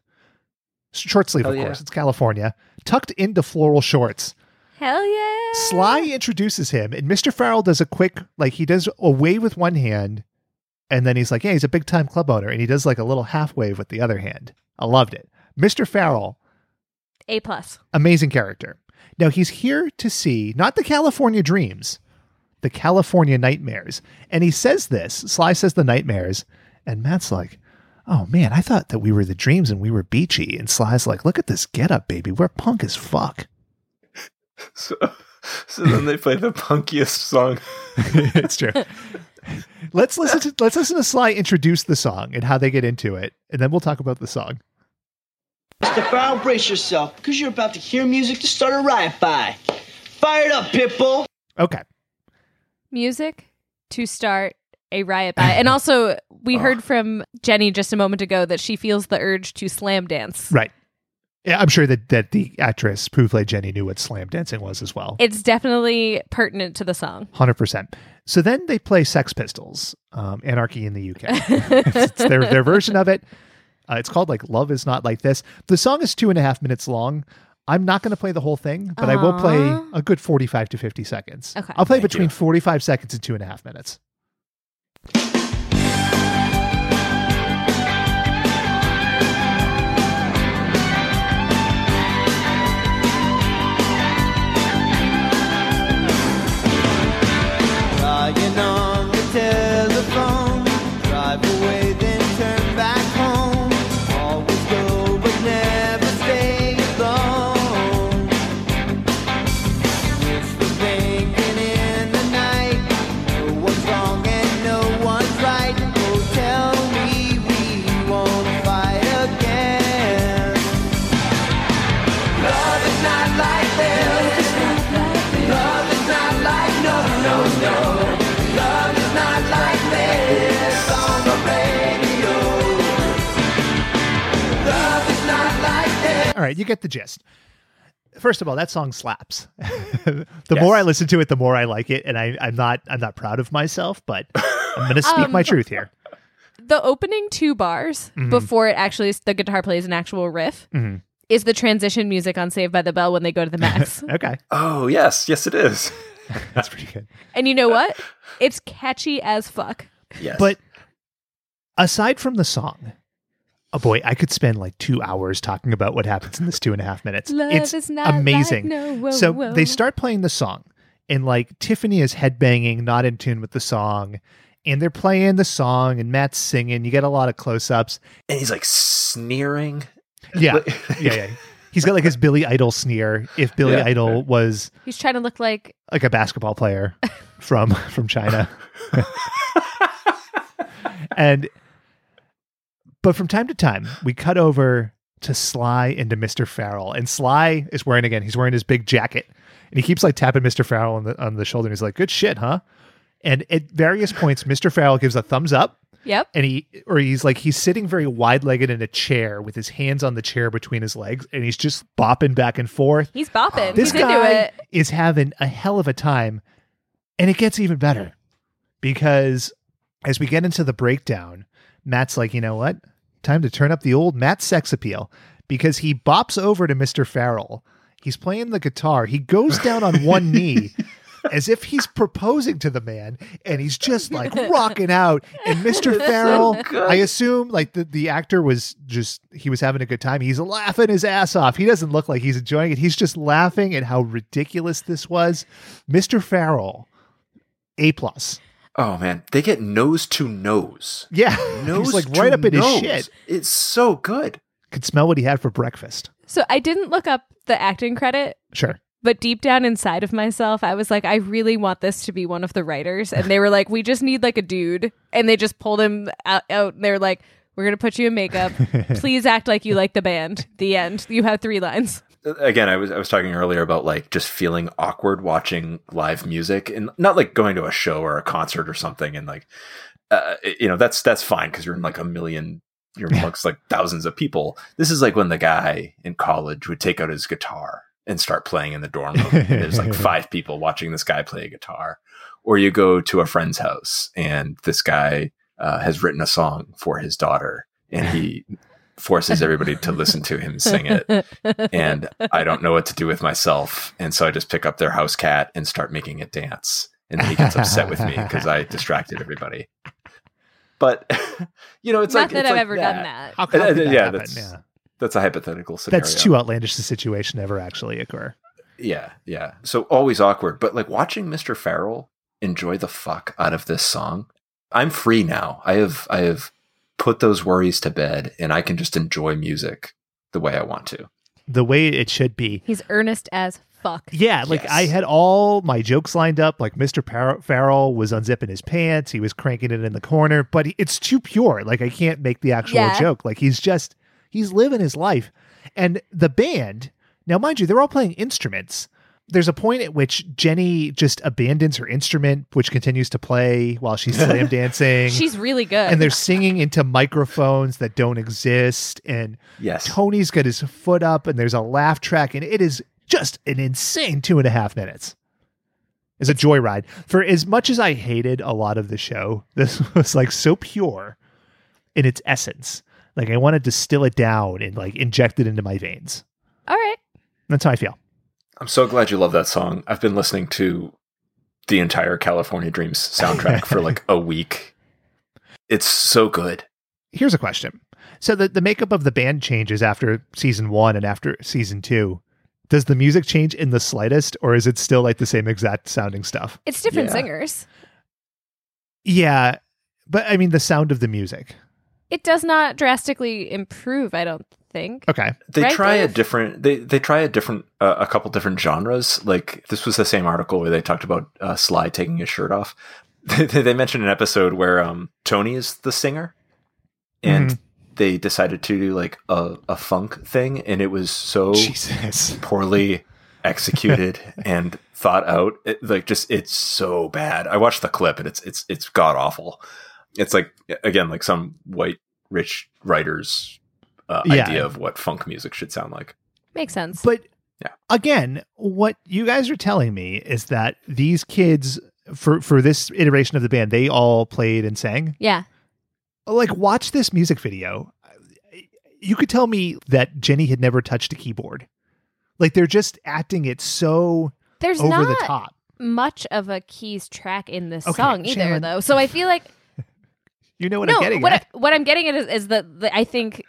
short sleeve, Hell of yeah. course. It's California, tucked into floral shorts. Hell yeah! Sly introduces him, and Mr. Farrell does a quick, like, he does a wave with one hand, and then he's like, yeah, he's a big time club owner. And he does like a little half wave with the other hand. I loved it. Mr. Farrell, A plus. amazing character. Now he's here to see not the California dreams, the California nightmares. And he says this Sly says the nightmares, and Matt's like, Oh man, I thought that we were the dreams and we were beachy. And Sly's like, Look at this getup, baby. We're punk as fuck. So, [laughs] so then they play the punkiest song. [laughs] it's true. let's listen to let's listen to Sly introduce the song and how they get into it, and then we'll talk about the song. Mr. Farrell, brace yourself, because you're about to hear music to start a riot by. Fire it up, Pitbull! Okay. Music to start a riot by, and also we heard from Jenny just a moment ago that she feels the urge to slam dance. Right. Yeah, I'm sure that that the actress who played Jenny knew what slam dancing was as well. It's definitely pertinent to the song. Hundred percent. So then they play Sex Pistols, um, Anarchy in the UK. [laughs] it's their their version of it. Uh, it's called like Love Is Not Like This. The song is two and a half minutes long. I'm not going to play the whole thing, but I will play Aw. a good 45 to 50 seconds. Okay. I'll play Thank between you. 45 seconds and two and a half minutes. Lying on the telephone, drive away, then turn back home. Always go, but never stay alone. Wishful thinking in the night, no one's wrong and no one's right. Oh, tell me we won't fight again. Love is not like this. Love is not like no, no, no. Love is not like this on the radio. Love is not like this. All right, you get the gist. First of all, that song slaps. [laughs] the more I listen to it, the more I like it, and I, I'm not I'm not proud of myself, but I'm going to speak my truth here. the opening two bars Mm-hmm. before it actually the guitar plays an actual riff is the transition music on Saved by the Bell when they go [laughs] to the max. Okay, Oh, yes. Yes, it is. that's pretty good. and you Uh, know what? It's catchy as fuck. Yes. But aside from the song, oh boy, I could spend like two hours talking about what happens in this two and a half minutes. Love it's is not like amazing. no whoa, so whoa. they start playing the song, and like Tiffany is headbanging, not in tune with the song, and they're playing the song, and Matt's singing. You get a lot of close ups. and he's like sneering. Yeah. yeah, yeah. He's got like his Billy Idol sneer. If Billy Yeah. Idol was He's trying to look like like a basketball player from from China. and but from time to time we cut over to Sly and to Mr. Farrell. And Sly is wearing again, he's wearing his big jacket. And he keeps like tapping Mr. Farrell on the on the shoulder and he's like, Good shit, huh? And at various points, Mr. Farrell gives a thumbs up yep. and he or he's like he's sitting very wide legged in a chair with his hands on the chair between his legs and he's just bopping back and forth. He's bopping. This He's guy into it. is having a hell of a time. And it gets even better because as we get into the breakdown, Matt's like, you know what? Time to turn up the old Matt sex appeal because he bops over to Mr. Farrell. He's playing the guitar. He goes down on one knee as if he's proposing to the man and he's just like rocking out. And Mr. Farrell, I assume like the, the actor was just, he was having a good time. He's laughing his ass off. He doesn't look like he's enjoying it. He's just laughing at how ridiculous this was. Mr. Farrell, A plus. Oh, man. They get nose to nose. Yeah. [laughs] Nose He's like to right up in his nose. shit. It's so good. Could smell what he had for breakfast. So I didn't look up the acting credit, Sure. but deep down inside of myself, I was like, I really want this to be one of the writers. And they were like, we just need like a dude. And they just pulled him out. out and they were like, we're going to put you in [laughs] makeup. Please act like you like the band. The end. You have three lines. again i was i was talking earlier about like just feeling awkward watching live music and not like going to a show or a concert or something and like uh, you know that's that's fine because you're in like a million you're amongst like thousands of people this is like when the guy in college would take out his guitar and start playing in the dorm room And there's like five people watching this guy play a guitar or you go to a friend's house and this guy uh, has written a song for his daughter and he forces everybody to listen to him sing it and I don't know what to do with myself. And so I just pick up their house cat and start making it dance. And then he gets upset with me because I distracted everybody. But [laughs] you know, it's Not like that it's I've like ever done that. How, how Uh, could that yeah, happen? that's- yeah. That's a hypothetical scenario. That's too outlandish the situation ever actually occur. Yeah, yeah. So always awkward. But like watching Mr. Farrell enjoy the fuck out of this song, I'm free now. I have I have put those worries to bed, and I can just enjoy music the way I want to. The way it should be. He's earnest as fuck. Yeah, like Yes. I had all my jokes lined up. Like Mr. Par- Farrell was unzipping his pants, he was cranking it in the corner, but he- it's too pure. Like I can't make the actual Yeah. joke. Like he's just he's living his life. And the band, now mind you, they're all playing instruments. There's a point at which Jenny just abandons her instrument, which continues to play while [laughs] she's slam dancing. She's really good. and they're singing into microphones that don't exist and Yes. Tony's got his foot up and there's a laugh track and it is just an insane two and a half minutes. It's a joyride. For as much as I hated a lot of the show, [laughs] this was like so pure in its essence. Like I want to distill it down and like inject it into my veins. All right. That's how I feel. I'm so glad you love that song. I've been listening to the entire California Dreams soundtrack [laughs] for like a week. It's so good. Here's a question. So the, the makeup of the band changes after season one and after season two. Does the music change in the slightest, or is it still like the same exact sounding stuff? It's different Yeah. singers. Yeah, but I mean the sound of the music. It does not drastically improve, I don't think. Okay. They Right, try a Dave? different. They they try a different. Uh, a couple different genres. Like this was the same article where they talked about uh, Sly taking his shirt off. [laughs] they, they mentioned an episode where um, Tony is the singer, and they decided to do like a, a funk thing, and it was Oh. so Jesus. poorly [laughs] executed and thought out. It, like just it's so bad. I watched the clip and it's it's it's god awful. It's like again like some white rich writer's uh, Yeah. idea of what funk music should sound like. Makes sense. But Yeah. again, what you guys are telling me is that these kids for for this iteration of the band, they all played and sang. yeah. Like watch this music video. You could tell me that Jenny had never touched a keyboard. Like they're just acting it so There's over not the top. much of a keys track in this Okay, song either, Shannon. though. So I feel like You know what no, I'm getting what at. I, what I'm getting at is, is that the, I think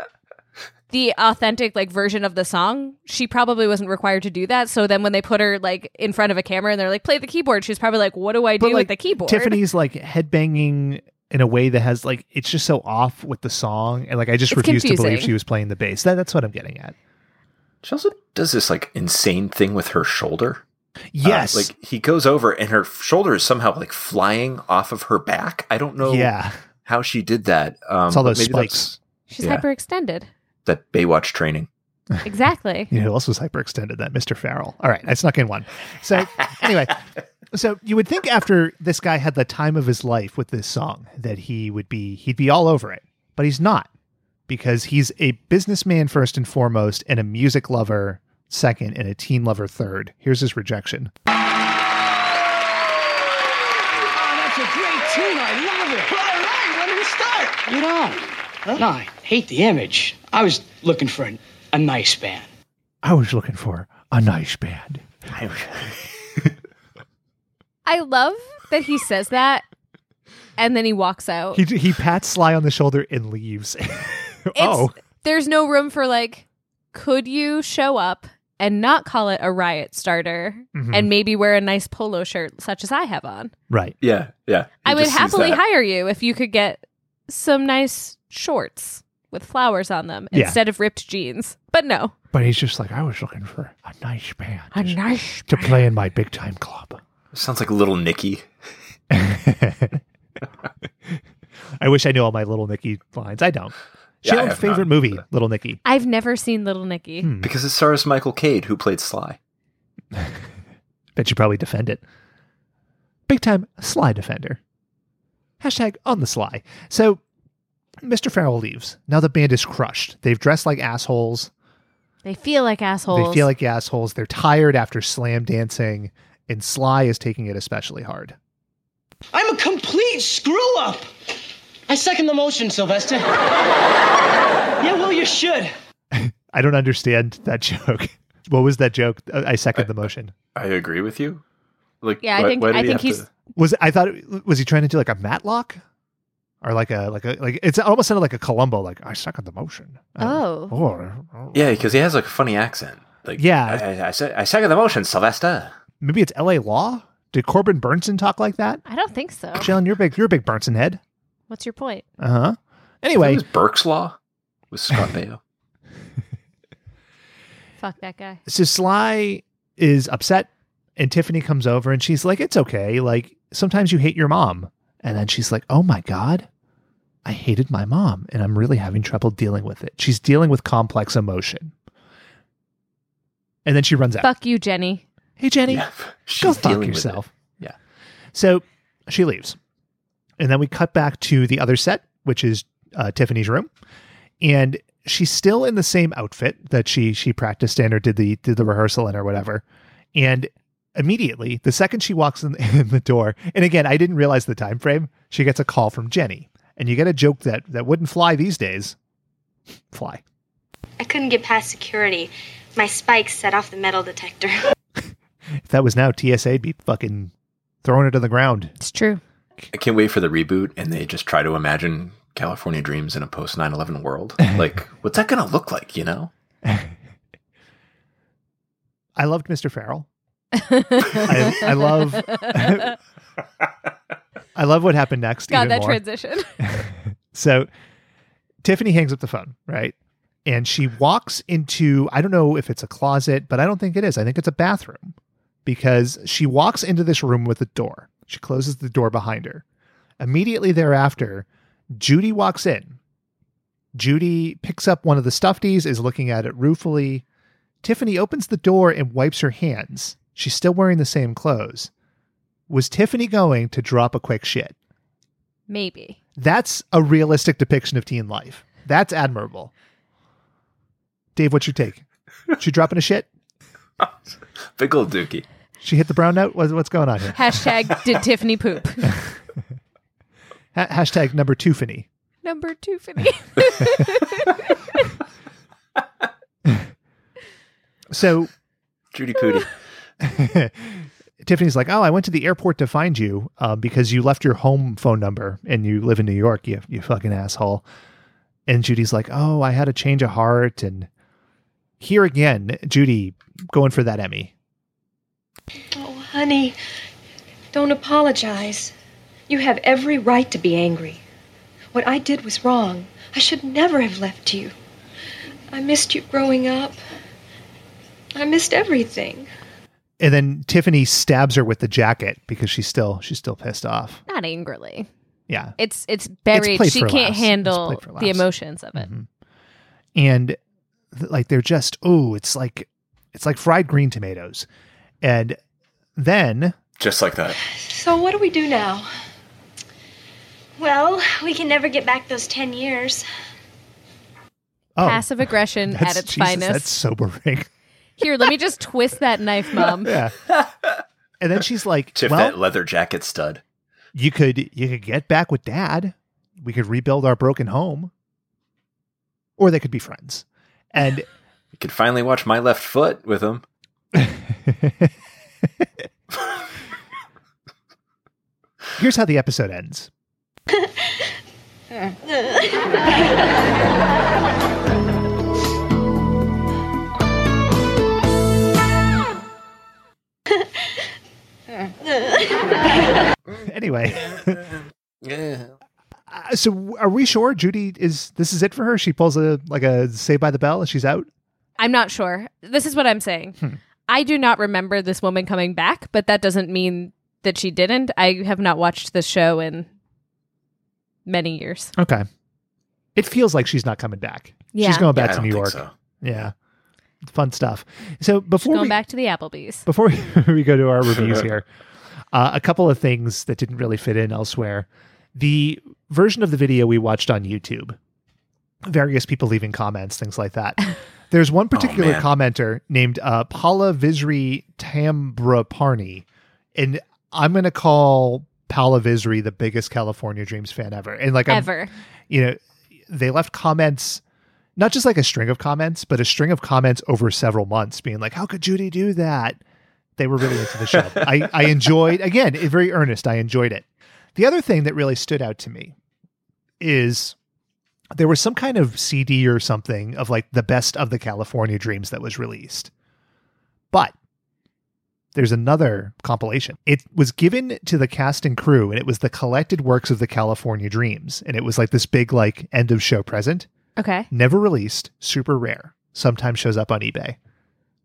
the authentic like version of the song, she probably wasn't required to do that. So then when they put her like in front of a camera and they're like, "Play the keyboard," she's probably like, "What do I do But, with the keyboard?" Tiffany's like headbanging in a way that has like it's just so off with the song, and like I just It's refuse to believe confusing. she was playing the bass. That, that's what I'm getting at. She also does this like insane thing with her shoulder. Uh, Yes, like he goes over and her shoulder is somehow like flying off of her back. I don't know yeah, how she did that. Um, It's all but those maybe that's spikes. she's yeah. [laughs] hyperextended. That Baywatch training. Exactly. You know who else was hyperextended? That Mr. Farrell. All right, I snuck in one. [laughs] So anyway, so you would think after this guy had the time of his life with this song that he would be he'd be all over it, but he's not because he's a businessman first and foremost, and a music lover second, and a teen lover third. Here's his rejection. that's a great tune. I love it. Well, all right, when did it start? You know. No, I hate the image. I was looking for a, a nice band. I was looking for a nice band. I love that he says that, and then he walks out. He he pats Sly on the shoulder and leaves. [laughs] oh, there's no room for like could you show up and not call it a riot starter Mhm. and maybe wear a nice polo shirt such as i have on right. Yeah, yeah. He i would just sees happily that. hire you if you could get some nice shorts with flowers on them Yeah. instead of ripped jeans but no But he's just like, I was looking for a nice band nice to play in my big time club. Sounds like Little Nicky. I wish [laughs] I knew all my Little Nicky lines. I don't. Yeah, I Shannon's have favorite none. movie, Little Nicky. i've never seen little nicky Hmm. Because it stars Michael Cade, who played Sly. Bet you probably defend it. Big time sly defender. Hashtag on the sly. So Mr. Farrell leaves. Now the band is crushed. They've dressed like assholes. they feel like assholes They feel like assholes. They're tired after slam dancing, and Sly is taking it especially hard. I'm a complete screw up. I second the motion, [laughs] Sylvester. yeah, well, you should. I don't understand that [laughs] joke. What was that joke? Uh, I second the motion. I agree with you. Like, Yeah, I why- think- why did I he think have he's- to- Was I thought it, was he trying to do like a Matlock or like a like a like? It's it almost sounded like a Columbo. Like I second the motion. Uh, Oh. or or- yeah, because he has like a funny accent. Like, Yeah. I, I, I, se- I second the motion, Sylvester. maybe it's L.A. Law. Did Corbin Burnson talk like that? i don't think so Jalen, you're a big. You're a big Burnson head. what's your point Uh huh. It Anyway, was Burke's Law [laughs] with Scott Baio. fuck that guy so Sly is upset, and Tiffany comes over and she's like, "It's okay. Like sometimes you hate your mom." And then she's like, "Oh my god, I hated my mom, and I'm really having trouble dealing with it." She's dealing with complex emotion, and then she runs out. fuck you jenny Hey Jenny, Yeah, go she's fuck dealing with it. yourself. Yeah. So she leaves, and then we cut back to the other set, which is uh, Tiffany's room, and she's still in the same outfit that she she practiced in or did the did the rehearsal in or whatever. And immediately, the second she walks in, [laughs] in the door, and again, I didn't realize the time frame. She gets a call from Jenny, and you get a joke that that wouldn't fly these days. Fly. I couldn't get past security. My spikes set off the metal detector. [laughs] If that was now, TSA'd be fucking throwing it to the ground. It's true. I can't wait for the reboot and they just try to imagine California dreams in a post 9 [laughs] 11 world. Like, what's that going to look like, you know? I loved Mr. Farrell. [laughs] I, I love. [laughs] I love what happened next. God, even that more. transition. [laughs] So Tiffany hangs up the phone, right? And she walks into, I don't know if it's a closet, but I don't think it is. I think it's a bathroom because she walks into this room with a door. She closes the door behind her. Immediately thereafter, Judy walks in. Judy picks up one of the stuffies, is looking at it ruefully. Tiffany opens the door and wipes her hands. She's still wearing the same clothes. Was Tiffany going to drop a quick shit? Maybe. That's a realistic depiction of teen life. That's admirable. Dave, what's your take? She dropping a shit? Big old dookie. She hit the brown note? What- What's going on here? Hashtag [laughs] did Tiffany poop? Ha- hashtag number two finny. Number two, [laughs] Tiffany. So [laughs] Judy Pooty. Tiffany's like, oh, I went to the airport to find you uh, because you left your home phone number and you live in New York, you, you fucking asshole. And Judy's like, oh, I had a change of heart. And here again, Judy going for that Emmy. Oh, honey, don't apologize. You have every right to be angry. What I did was wrong. I should never have left you. I missed you growing up. I missed everything. And then Tiffany stabs her with the jacket because she's still she's still pissed off. Not angrily. Yeah. It's it's buried. played she for can't laughs. It's handle played for the laughs. Mm-hmm. emotions of it. and th- like they're just oh it's like it's like fried green tomatoes and then Just like that. So, what do we do now? well, we can never get back those 10 years. oh Passive aggression at [laughs] that's- its Jesus, finest. that's sobering [laughs] Here, let me just twist that knife, mom. yeah and then she's like Tiff well that leather jacket stud. you could you could get back with dad we could rebuild our broken home or they could be friends and You could finally watch my left foot with him. [laughs] here's how the episode ends anyway Yeah. Uh, so are we sure Judy is this is it for her? She pulls a like a say by the bell and she's out. I'm not sure. This is what I'm saying. Hmm. I do not remember this woman coming back, but that doesn't mean that she didn't. I have not watched the show in many years. Okay. It feels like she's not coming back. Yeah. She's going Yeah, I back to don't New York. think so. Yeah. Fun stuff. So before Going we back to the Applebee's. [laughs] before [laughs] we, we go to our [laughs] reviews here, uh, a couple of things that didn't really fit in elsewhere. The version of the video we watched on YouTube, various people leaving comments, things [laughs] like that. There's one particular Oh, man. commenter named uh, Paula Visri Tambra Parney, and I'm going to call Paula Visri the biggest California Dreams fan ever. And like, I'm- Ever. you know, they left comments, not just like a string of comments, but a string of comments over several months being like, how could Judy do that? They were really into the show. I, I enjoyed, again, it- very earnest. I enjoyed it. The other thing that really stood out to me is there was some kind of CD or something of like the best of the California dreams that was released. But there's another compilation. It was given to the cast and crew, and it was the collected works of the California Dreams. And it was like this big, like, end of show present, Okay. never released, super rare, sometimes shows up on eBay.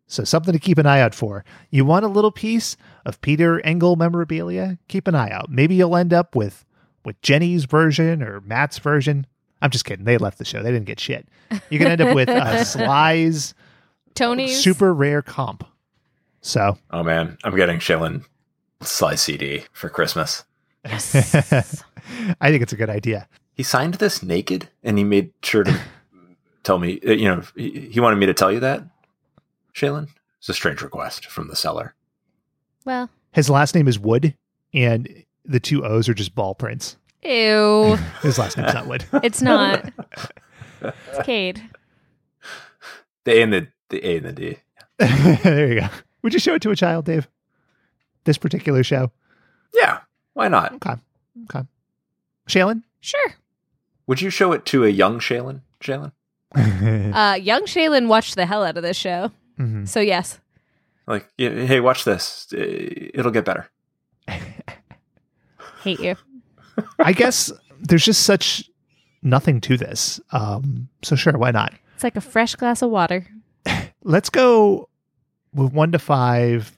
So something to keep an eye out for. You want a little piece of Peter Engel memorabilia? Keep an eye out. Maybe you'll end up with with Jenny's version or Matt's version. I'm just kidding. They left the show. They didn't get shit. You can end up with uh, Sly's Tony's [laughs] super rare comp. So Oh, man. I'm getting Shailen Sly CD for Christmas. I think it's a good idea. He signed this naked and he made sure to tell me, uh, you know, he, he wanted me to tell you that, Shailen. It's a strange request from the seller. Well. His last name is Wood, and the two O's are just ball prints. Ew. His last name's not Wood. [laughs] It's not. It's Cade. They, and the, The A and the D. there you go. Would you show it to a child, Dave? This particular show. Yeah. Why not? Okay. Okay. Shailen? Sure. Would you show it to a young Shailen? Shailen? Mm-hmm. Hmm. Uh, young Shaylin watched the hell out of this show. Mhm. So, yes. Like, y- hey, watch this. Uh, It'll get better. Hate you. I guess there's just such nothing to this. Um, so sure, why not? It's like a fresh glass of water. Let's go with one to five.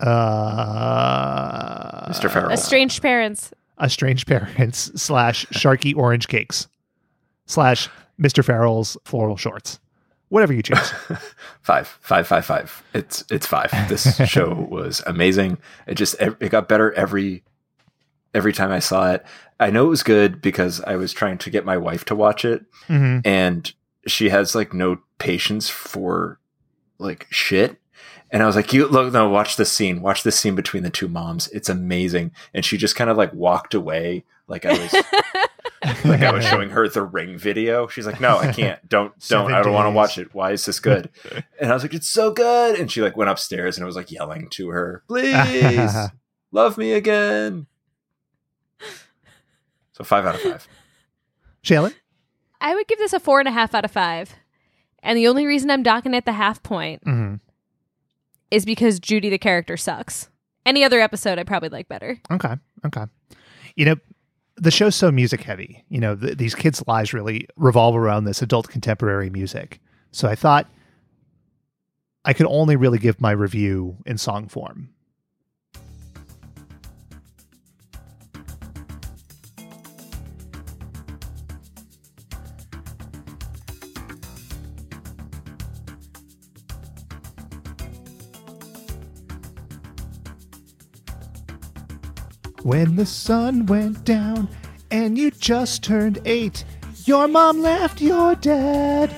Uh, Mr. Farrell. Estranged parents. estranged [laughs] parents slash Sharky orange cakes slash Mr. Farrell's floral shorts. Whatever you choose. Five, five, five, five. It's it's five. This show was amazing. It just ev- it got better every every time I saw it. I know it was good because I was trying to get my wife to watch it, Mhm. and she has like no patience for like shit. And I was like, "You look, no, watch this scene. Watch this scene between the two moms. It's amazing." And she just kind of like walked away, like I [laughs] was like I was showing her the ring video. She's like, "No, I can't. [laughs] Don't, don't. Seven I don't want to days. watch it. Why is this [laughs] good?" And I was like, "It's so good." And she like went upstairs and it was like yelling to her, [laughs] "Please, love me again." So five out of five. Shailen? I would give this a four and a half out of five. And the only reason I'm docking at the half point Mhm. is because Judy, the character, sucks. Any other episode, I probably like better. Okay. Okay. You know, the show's so music heavy. You know, th- these kids' lives really revolve around this adult contemporary music. So I thought I could only really give my review in song form. When the sun went down and you just turned eight, your mom left your dad.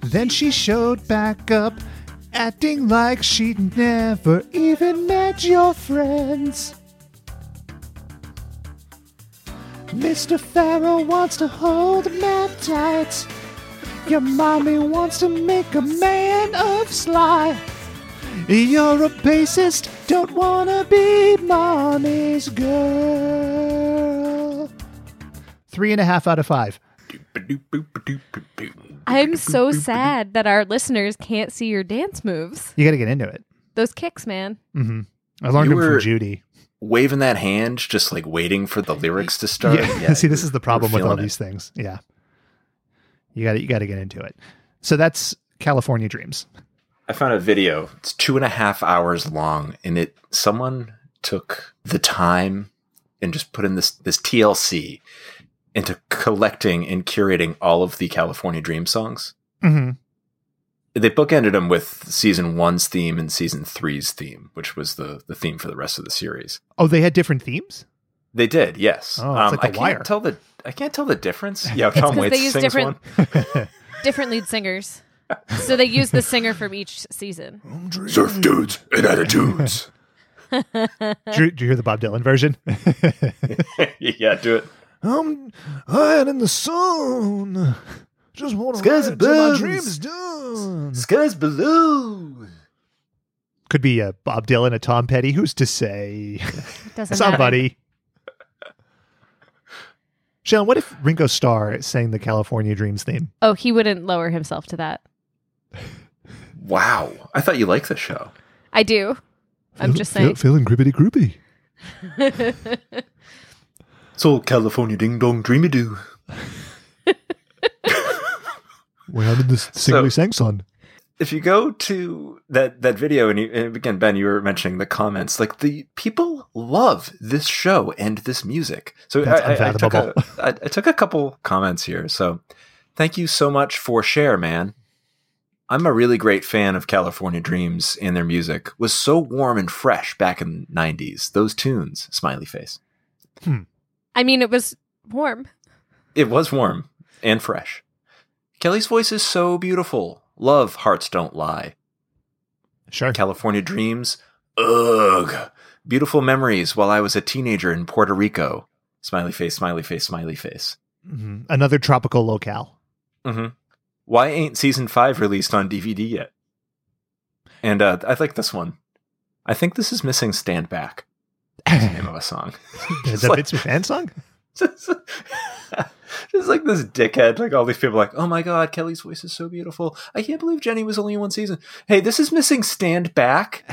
Then she showed back up, acting like she'd never even met your friends. Mr. Farrell wants to hold Matt tight. Your mommy wants to make a man of Sly. You're a bassist, don't wanna be mommy's girl. Three and a half out of five. [laughs] I'm so sad that our listeners can't see your dance moves. You gotta get into it. Those kicks, man. Mm-hmm. I learned You them were- from Judy. Waving that hand, just like waiting for the lyrics to start. Yeah. [laughs] See, this is the problem with all feeling it. these things. Yeah. You gotta you gotta get into it. So that's California Dreams. I found a video. It's two and a half hours long, and it someone took the time and just put in this this TLC into collecting and curating all of the California Dream songs. Mm-hmm. They bookended them with season one's theme and season three's theme, which was the the theme for the rest of the series. Oh, they had different themes? They did, yes. Um, Oh, it's like I The can't Wire. tell the I can't tell [laughs] the difference. Yeah, Tom 'cause Waits they use sings different- one. Different lead singers. So they use the singer from each season. Surf dudes and [laughs] attitudes. Did you, did you hear the Bob Dylan version? yeah, do it. [laughs] I'm hiding in the [laughs] sun. Just want Skies and buns. done. Sky's blue. Could be a Bob Dylan, a Tom Petty. Who's to say? Doesn't matter. Somebody. Sean, what if Ringo Starr sang the California Dreams theme? Oh, he wouldn't lower himself to that. Wow, I thought you liked the show. I do. I'm just saying. Feeling grippity groupy. It's all California ding dong dreamy do. When I'm in this singly sang son. If you go to that that video and, you, and again, Ben, you were mentioning the comments. Like the people love this show and this music. So That's I, I, I took a, unfathomable. I, I took a couple comments here. So thank you so much for share, man. I'm a really great fan of California Dreams and their music. Was so warm and fresh back in the '90s. Those tunes, smiley face. [laughs] I mean, it was warm. It was warm and fresh. Kelly's voice is so beautiful. Love hearts don't lie. Sure. California Dreams. Ugh. Beautiful memories while I was a teenager in Puerto Rico. Smiley face, smiley face, smiley face. Mhm. Another tropical locale. hmm why ain't season five released on DVD yet? And uh, I like this one. I think this is missing "Stand Back." It's the name of a song. [laughs] [laughs] Is It's that like- Vince McMahon song? just, just like this dickhead, like all these people, like, oh my god, Kelly's voice is so beautiful. I can't believe Jenny was only in one season. Hey, this is missing stand back.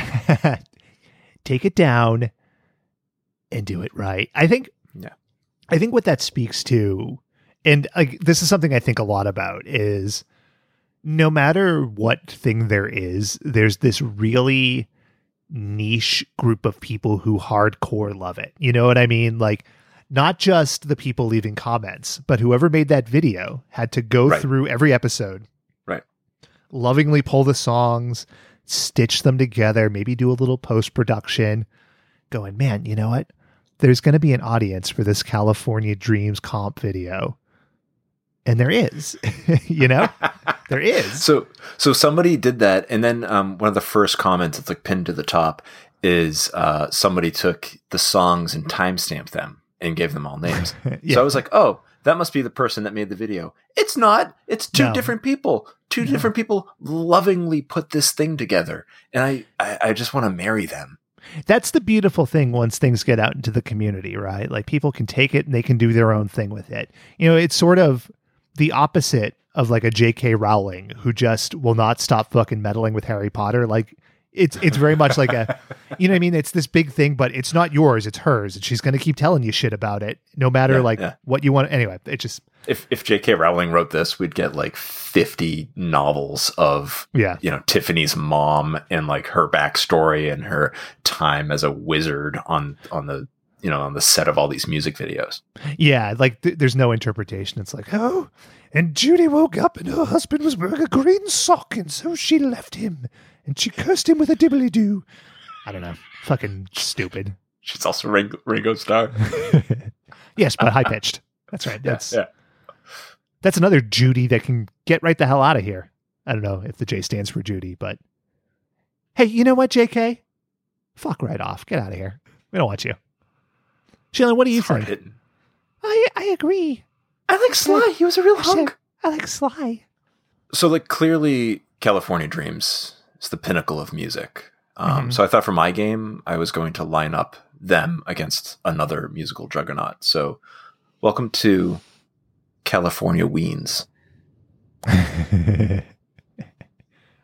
[laughs] Take it down and do it right. I think Yeah. I think what that speaks to and like this is something I think a lot about is no matter what thing there is, there's this really niche group of people who hardcore love it. You know what I mean? Like not just the people leaving comments, but whoever made that video had to go Right. through every episode Right. lovingly pull the songs, stitch them together, maybe do a little post production, going, man, you know what? There's going to be an audience for this California Dreams comp video. And there is, [laughs] you [laughs] know, there is. So so somebody did that, and then um, one of the first comments that's like pinned to the top is uh, somebody took the songs and timestamped them and gave them all names. [laughs] Yeah. So I was like, oh, that must be the person that made the video. It's not. It's two No. different people. Two No. different people lovingly put this thing together, and I I, I just want to marry them. That's the beautiful thing once things get out into the community, right? Like people can take it and they can do their own thing with it. You know, it's sort of the opposite of like a J.K. Rowling who just will not stop fucking meddling with Harry Potter. Like it's it's very much like [laughs] a you know what I mean? It's this big thing, but it's not yours, it's hers. And she's gonna keep telling you shit about it, no matter Yeah, like yeah. what you want. Anyway, it just if if J.K. Rowling wrote this, we'd get like fifty novels of yeah. you know Tiffany's mom and like her backstory and her time as a wizard on on the you know on the set of all these music videos. Yeah, like th- there's no interpretation. It's like, oh, and Judy woke up and her husband was wearing a green sock, and so she left him, and she cursed him with a dibbly do. I don't know, fucking stupid. [laughs] She's also Ringo, Ringo Starr. Yes, but high pitched. That's right. That's yeah. that's another Judy that can get right the hell out of here. I don't know if the J stands for Judy, but hey, you know what, J.K. Fuck right off. Get out of here. We don't want you. Shaylin, what do you Hard think? hitting. I I agree. I like Sly. He was a real hunk. I like Sly. So like clearly, California Dreams is the pinnacle of music. Um, Mhm. So I thought for my game, I was going to line up them against another musical juggernaut. So welcome to California Weens. [laughs]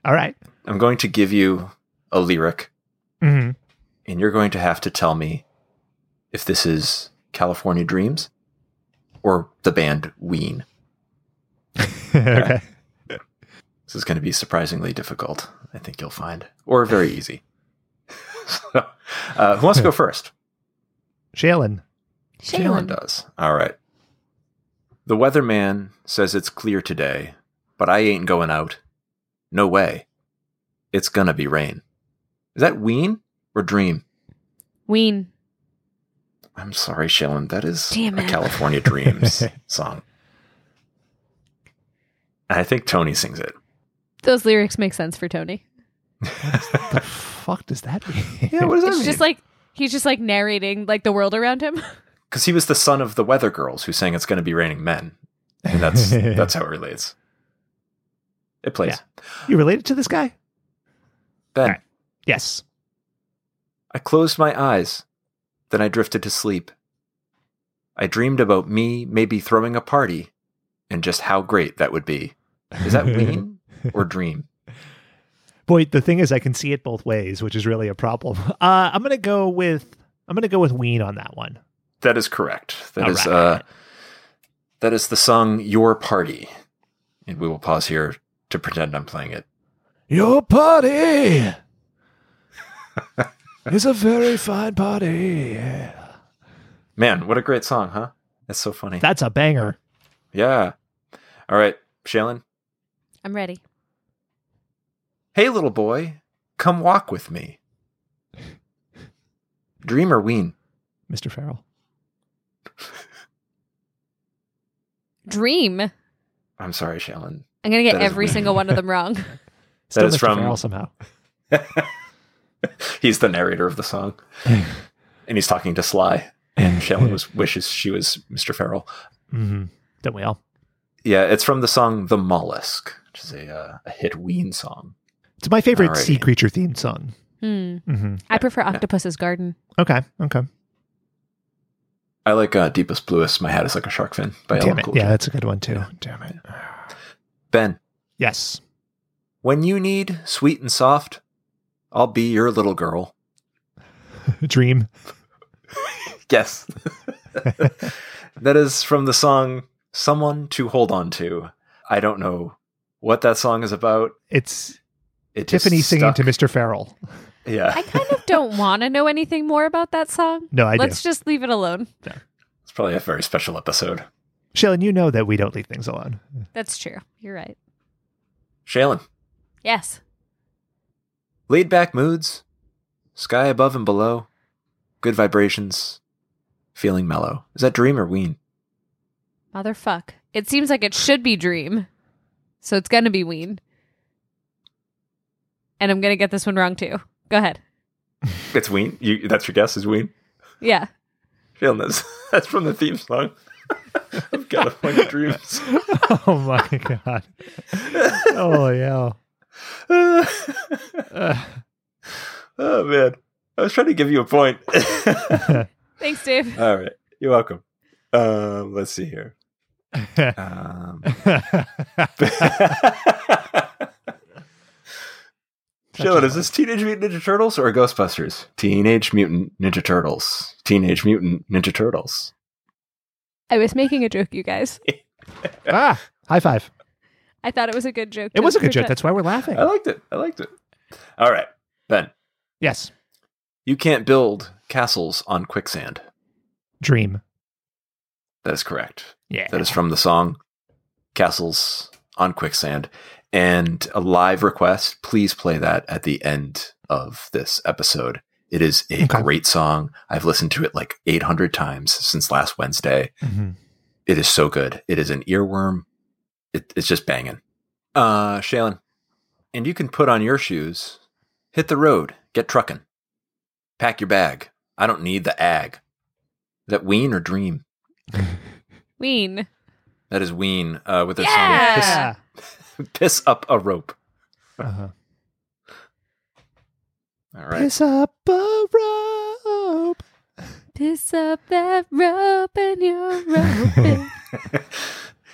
All right. I'm going to give you a lyric, Mm-hmm. and you're going to have to tell me if this is California Dreams or the band Ween. [laughs] okay. This is going to be surprisingly difficult, I think you'll find, or very easy. [laughs] so, uh, who wants to go first? Shaylin. Jalen does. All right. The weatherman says it's clear today, but I ain't going out. No way. It's going to be rain. Is that Ween or Dream? Ween. I'm sorry, Shaylin. That is Damn a it. [laughs] California Dreams song. And I think Tony sings it. Those lyrics make sense for Tony. the fuck does that [laughs] mean? Yeah, what does that It's mean? just like he's just like narrating like the world around him. [laughs] Because he was the son of the Weather Girls who sang "It's Going to Be Raining Men," and [laughs] that's that's how it relates. It plays. you related to this guy? Ben, Alright. Yes. I closed my eyes, then I drifted to sleep. I dreamed about me maybe throwing a party, and just how great that would be. [laughs] Is that Ween or Dream? Boy, the thing is, I can see it both ways, which is really a problem. [laughs] Uh, I'm gonna go with I'm gonna go with Ween on that one. That is correct. That All is right. uh, that is the song "Your Party," and we will pause here to pretend I'm playing it. Your party [laughs] is a very fine party. Man, what a great song, huh? That's so funny. That's a banger. yeah. All right, Shaylin. I'm ready. Hey, little boy, come walk with me. Dreamer Ween. Mr. Farrell. Dream. I'm I'm sorry, Shaylin. gonna get That is every Ween. single one of [laughs] them wrong. Still is Mr. from- Farrell somehow. He's the narrator of [laughs] the song, and he's talking to Sly. And Shaylin was wishes she was Mr. Farrell. Mm-hmm. Don't we all? Yeah, it's from the song The Mollusk, which is a, uh, a hit Ween song. It's my favorite Alrighty. sea creature theme song. Hmm. hmm I prefer Octopus's Garden. Okay. Okay. I like uh, Deepest Bluest, My Hat is Like a Shark Fin by Damn Ellen it. Cool J. Yeah, that's a good one too. Damn it. Ben, Yes. [laughs] when you need sweet and soft, I'll be your little girl. Dream. [laughs] Yes. that is from the song Someone to Hold On To. I don't know what that song is about. It's It just Tiffany singing stuck. to Mr. Farrell. Yeah. I kind of [laughs] don't want to know anything more about that song. No, I Let's do. just leave it alone. It's probably a very special episode. Shaylin, you know that we don't leave things [laughs] alone. That's true. You're right. Shaylin, Yes. laid back moods, sky above and below, good vibrations, feeling mellow. Is that Dream or Ween? Motherfuck. It seems like it should be Dream. So it's going to be Ween. And I'm going to get this one wrong too. Go ahead. It's Ween. You, that's your guess is Ween. Yeah. Shaylin, that's, [laughs] that's from the theme song. [laughs] I've got a bunch of dreams. [laughs] oh my god. Oh [laughs] yeah. oh man, I was trying to give you a point. [laughs] Thanks, Dave. All right. You're welcome. Um, let's see here. Um, [laughs] Sheldon, is this Teenage Mutant Ninja Turtles or Ghostbusters? Teenage Mutant Ninja Turtles. Teenage Mutant Ninja Turtles. I was making a joke, you [laughs] guys. ah, high five. I thought it was a good joke. It was a good joke. pretend- That's why we're laughing. I liked it. I liked it. All right, Ben. Yes. You can't build castles on quicksand. Dream. That is correct. Yeah. That is from the song Castles on Quicksand. And a live request, please play that at the end of this episode. It is a Okay. great song. I've listened to it like 800 times since last Wednesday. [laughs] Mhm. It is so good. It is an earworm. It, it's just banging. Uh, Shaylin, and you can put on your shoes, hit the road, get truckin', pack your bag. I don't need the ag. Is that Ween or Dream? Ween. That is Ween uh, with their Yeah! song Yeah. piss, [laughs] piss Up a Rope. Uh-huh. All right. Piss up a rope. Piss up that rope and you're [laughs] roping.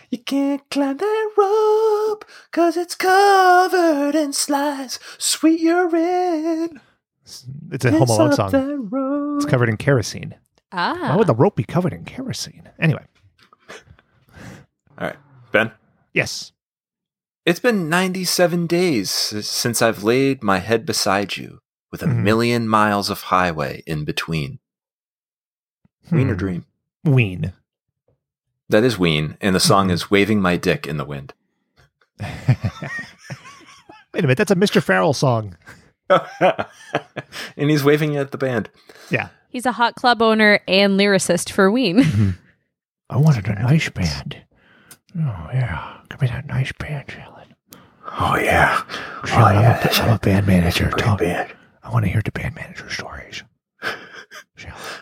You can't climb that rope because it's covered in slice. Sweet urine. It's a Home Alone song. rope. It's covered in kerosene. ah. Why would the rope be covered in kerosene? Anyway. All right. Ben? Yes. It's been 97 days s- since I've laid my head beside you with a Mhm. million miles of highway in between. Ween or Hmm. Dream? Ween. That is Ween, and the Mm-hmm. song is Waving My Dick in the [laughs] Wind. Wait a minute. That's a Mr. Farrell song. and he's waving it at the band. Yeah. He's a hot club owner and lyricist for Ween. [laughs] I wanted a nice band. Oh, yeah. Give me that nice band, Jalen. Oh, yeah. Jalen, I'm, a, I'm a band manager. Tell me. I want to hear the Oh, band manager stories.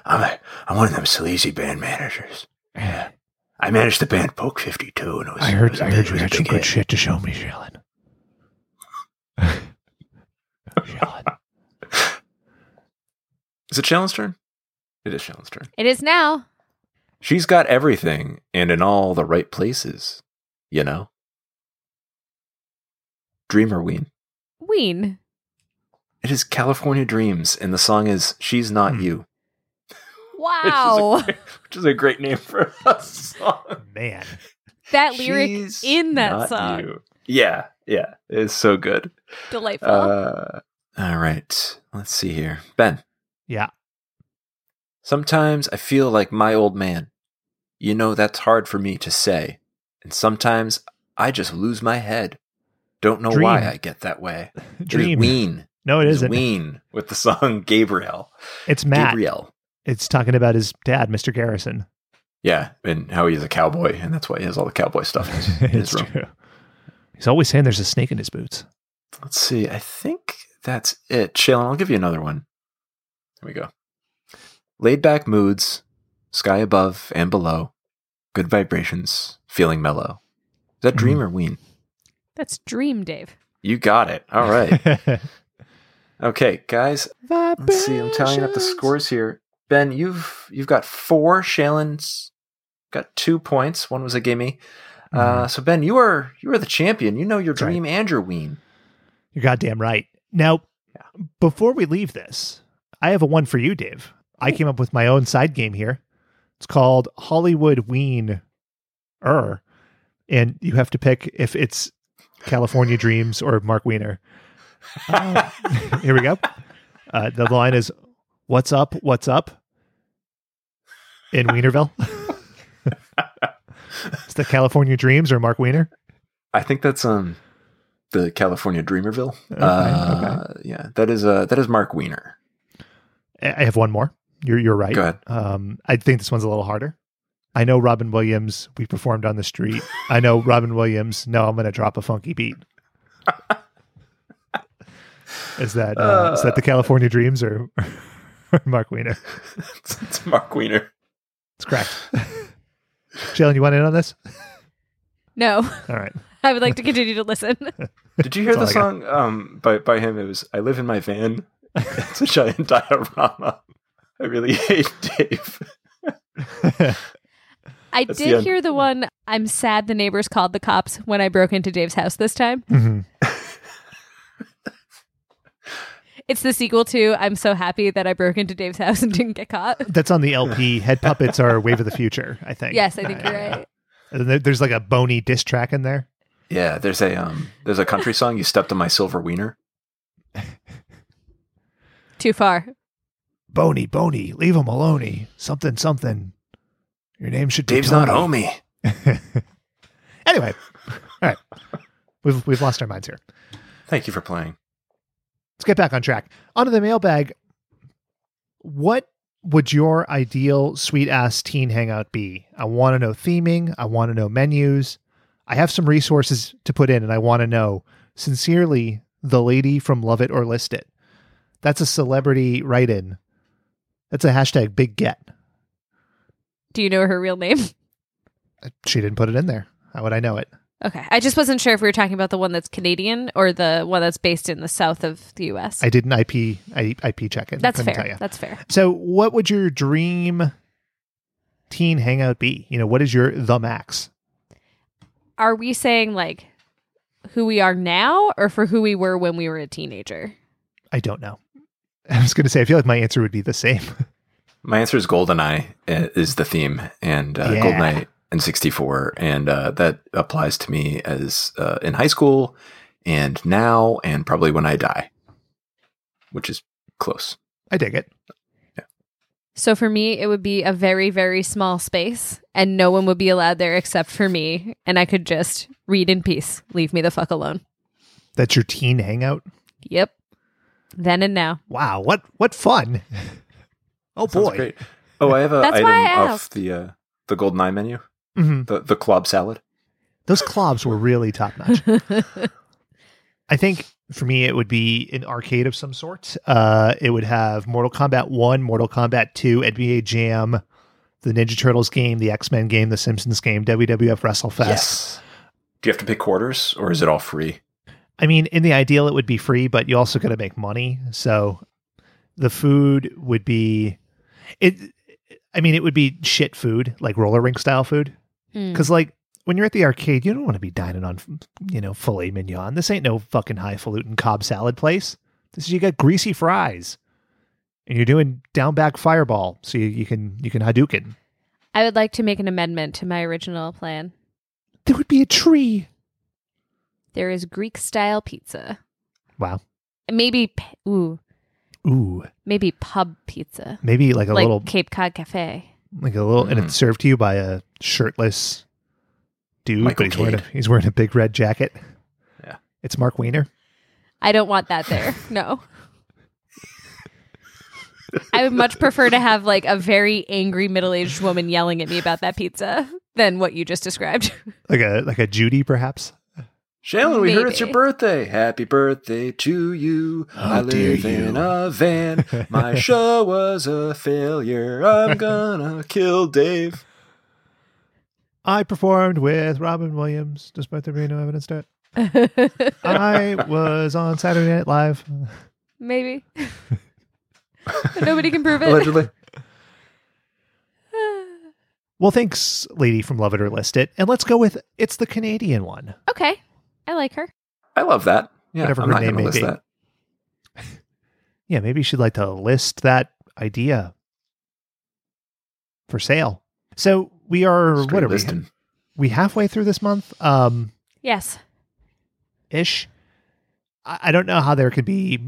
I'm, a, I'm one of them sleazy band managers. I managed the band Poke 52, and it was I it heard, was a I big- heard it you was a had some big good hit. shit to show me, Jalen. Jalen. Is it Shallon's turn? It is Shallon's turn. It is now. She's got everything and in all the right places, you know? Dreamer Ween. [laughs] Ween. It is California Dreams, and the song is She's Not Hmm. You, Wow. which is a great [laughs] name for a song. [laughs] Man. that lyric She's in that Not song. You. Yeah, yeah. It's so good. Delightful. Uh, all right. Let's see here. Ben, Yeah. sometimes I feel like my old man. You know, that's hard for me to say. And sometimes I just lose my head. Don't know why Dream. I get that way. It is Dream. Ween. No, it It is isn't. Ween with the song [laughs] Gabriel. It's Matt. Gabriel. It's talking about his dad, Mr. [laughs] Garrison. Yeah, and how he's a cowboy, and that's why he has all the cowboy stuff [laughs] in his, in his it's room. true. He's always saying there's a snake in his [laughs] boots. Let's see. I think that's it. Shaylin, I'll give you another one. There we go. Laid back moods, sky above and below, good vibrations, feeling mellow. that Dream or Ween? That's Dream, Dave. You got it. All right. [laughs] okay, guys. Let's see. I'm tallying up the scores here. Ben, you've you've got four. Shailen's got two points. One was a gimme. Uh, so Ben, you are you are the champion. You know your right. dream and your ween. You're goddamn right. Now, before we leave this, I have a one for you, Dave. I came up with my own side game here. It's called Hollywood Ween Er. And you have to pick if it's [laughs] California Dreams or Mark Wiener. Uh, [laughs] here we go. Uh, the line is What's up? What's up? In [laughs] Wienerville. it's the California Dreams or Mark Wiener. I think that's um the California Dreamerville. uh, Yeah, that is uh that is Mark Wiener. I I have one more. You're you're right. Go ahead. [laughs] Um, I think this one's a little harder. I know Robin Williams. We performed on the street. I know Robin Williams. No, I'm going to drop a funky beat. is that uh, is that the California Dreams or, or Mark Wiener? It's, it's Mark [laughs] Wiener. It's correct. Jalen, you want in on this? No, [laughs] All right. I would like to continue to [laughs] listen. Did you hear the That's all song um by by him? It was I live in my van. [laughs] It's a giant diorama. I really hate Dave. I That's the did end. hear the one. I'm sad the neighbors called the cops when I broke into Dave's house this time. Mhm. It's the sequel to I'm so happy that I broke into Dave's house and didn't get caught. [laughs] That's on the LP. Head puppets are Wave of the Future. I think. Yes, I [laughs] think you're right. And there- there's like a bony diss track in there. Yeah, there's a um there's a country song. You stepped on my silver wiener. Too far. Boney, Boney, leave him alone. Something, something. Your name should be Dave's not Tony. homie. Anyway, all right, we've we've lost our minds here. Thank you for playing. Let's get back on track. Onto the mailbag. What would your ideal sweet ass teen hangout be? I want to know theming. I want to know menus. I have some resources to put in, and I want to know sincerely the lady from Love It or List It. That's a celebrity write-in. That's a hashtag big get. Do you know her real name? She didn't put it in there. How would I know it? Okay. I just wasn't sure if we were talking about the one that's Canadian or the one that's based in the south of the US. I did an IP I, IP check it. that's Couldn't tell fair. ya. That's fair. So, what would your dream teen hangout be? You know, what is your the max? Are we saying like who we are now or for who we were when we were a teenager? I don't know. [laughs] I was going to say, I feel like my answer would be the same. [laughs] My answer is Goldeneye uh, is the theme, and uh, Yeah. Goldeneye and 64, and uh, that applies to me as uh, in high school, and now, and probably when I die, which is close. I dig it. So for me, it would be a very, very small space and no one would be allowed there except for me. And I could just read in peace. Leave me the fuck alone. That's your teen hangout. Yep. Then and now. [laughs] Wow, what what fun! [laughs] oh Sounds boy, great. Oh, I have a That's item why I off asked. the uh, the Goldeneye menu, Mhm. the the club salad. those clobs were really top [laughs] notch. I think for me, it would be an arcade of some sort. Uh, it would have Mortal Kombat 1, Mortal Kombat 2, NBA Jam, the Ninja Turtles game, the X Men game, the Simpsons game, WWF WrestleFest. Do you have to pay quarters, or is it all free? I mean, in the ideal, it would be free, but you also got to make money. So the food would be it. I mean, it would be shit food, like roller rink style food. Hmm. Because like when you're at the arcade, you don't want to be dining on you know filet mignon. This ain't no fucking highfalutin Cobb salad place. This is you got greasy fries, and you're doing down back fireball, so you, you can you can Hadouken. I would like to make an amendment to my original plan. There would be a tree. There is Greek style pizza. Wow. Maybe, p- ooh, Ooh, maybe pub pizza. maybe like a like little Cape Cod Cafe. like a little, and Mhm. it's served to you by a shirtless dude, Michael but he's wearing a, Caine. he's wearing a big red jacket. Yeah. it's Mark Wiener. I don't want that [laughs] there. No. I would much prefer to have like a very angry middle aged woman yelling at me about that pizza than what you just described. [laughs] like a like a Judy, perhaps. Shailen, we heard it's your Maybe. birthday. Happy birthday to you. I dare live in Oh, you. [laughs] a van. My [laughs] show was a failure. I'm gonna kill Dave. I performed with Robin Williams, despite there being no evidence to it. [laughs] I was on Saturday Night Live. Maybe. But Nobody can prove it. Allegedly. Well, thanks, lady from Love It or List It. And let's go with it's the Canadian one. [sighs] Okay. I like her. I love that. Yeah, Whatever I'm her not name gonna may list be. that. Yeah, maybe she'd like to list that idea for sale. So we are Straight what are we? listing. We halfway through this month, um, Yes. ish. I, I don't know how there could be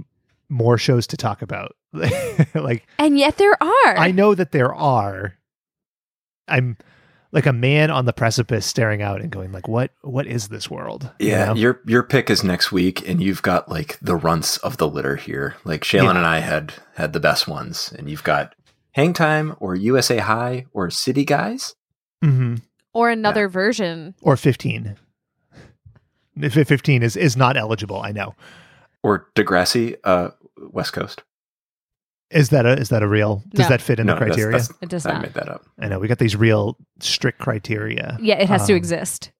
more shows to talk about. [laughs] like And yet there are. I know that there are. I'm like a man on the precipice staring out and going like what what is this world? You Yeah, know? your your pick is next week, and you've got like the runts of the litter here. Like Shaylin Yeah. and I had had the best ones, and you've got Hang Time or USA High or City Guys. Mhm. or another version. or 15. If it- 15 is is not eligible, I know. or Degrassi, uh, West Coast. Is that a is that a real? Does No. that fit in the that's- criteria? that's- It does I not. made that up. I know we got these real strict criteria. Yeah, it has to Um, exist.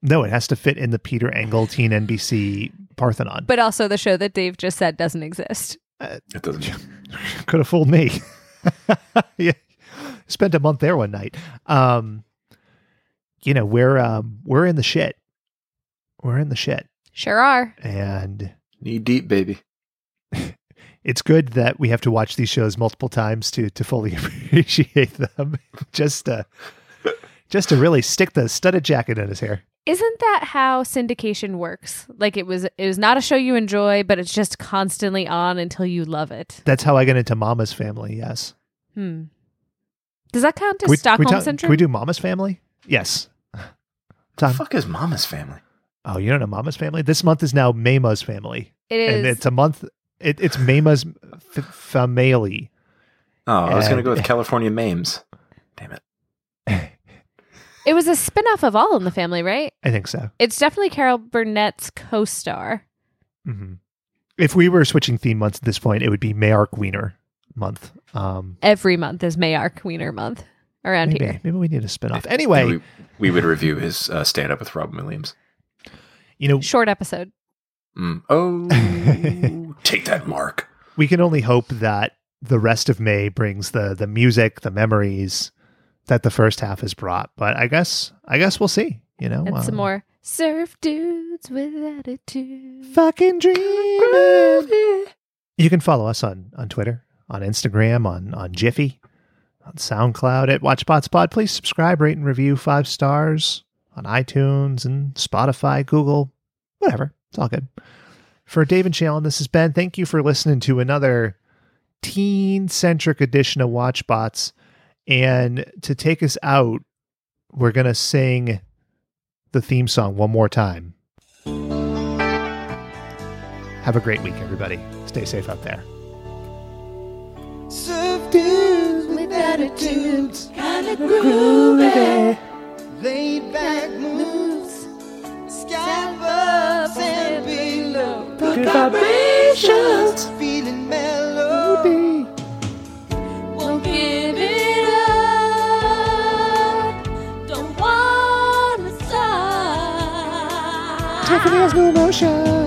No, it has to fit in the Peter Engel Teen NBC Parthenon. But also the show that Dave just said doesn't exist. It doesn't. [laughs] Could have fooled me. yeah. Spent a month there one night. Um, you know, we're um, we're in the shit. We're in the shit. Sure are. And Knee deep, baby. it's good that we have to watch these shows multiple times to to fully [laughs] appreciate them. just to just to really stick the studded jacket in his hair. Isn't that how syndication works? Like it was it was not a show you enjoy, but it's just constantly on until you love it. That's how I got into Mama's Family. Yes. Hmm. Does that count as Can we- can we Stockholm ta- syndrome? Can we do Mama's Family? Yes. The Tom. fuck is Mama's family? Oh, you don't know Mama's Family? This month is now Mama's Family, it is. and it's a month. It, it's Mama's f- family. Oh, I was Uh, gonna go with California Mames. Damn it. it was a spin-off of All in the Family, right? I think so. It's definitely Carol Burnett's co-star. hmm If we were switching theme months at this point, it would be Mayark Wiener month. Um, Every month is Mayark Wiener month around maybe, here. maybe we need a spinoff. Anyway, we, we would review his uh, stand up with Robin Williams. you know, Short episode. Mm. Oh, take that, Mark. we can only hope that the rest of May brings the the music, the memories that the first half has brought. But I guess I guess we'll see. You know, And some um, more surf dudes with attitude. fucking dreaming. You can follow us on on Twitter, on Instagram, on on Jiffy, on SoundCloud at WatchBotsPod. Please subscribe, rate, and review five stars on iTunes and Spotify, Google, whatever. It's all good. For Dave and Shailen, this is Ben. Thank you for listening to another teen centric edition of WatchBots. And to take us out, we're gonna sing the theme song one more time. Have a great week, everybody. Stay safe out there. Surf dudes with attitudes, kinda groovy. Laid back moves, sky above and below. Good vibrations, feeling mellow. Won't give it up. Don't wanna stop. no emotion.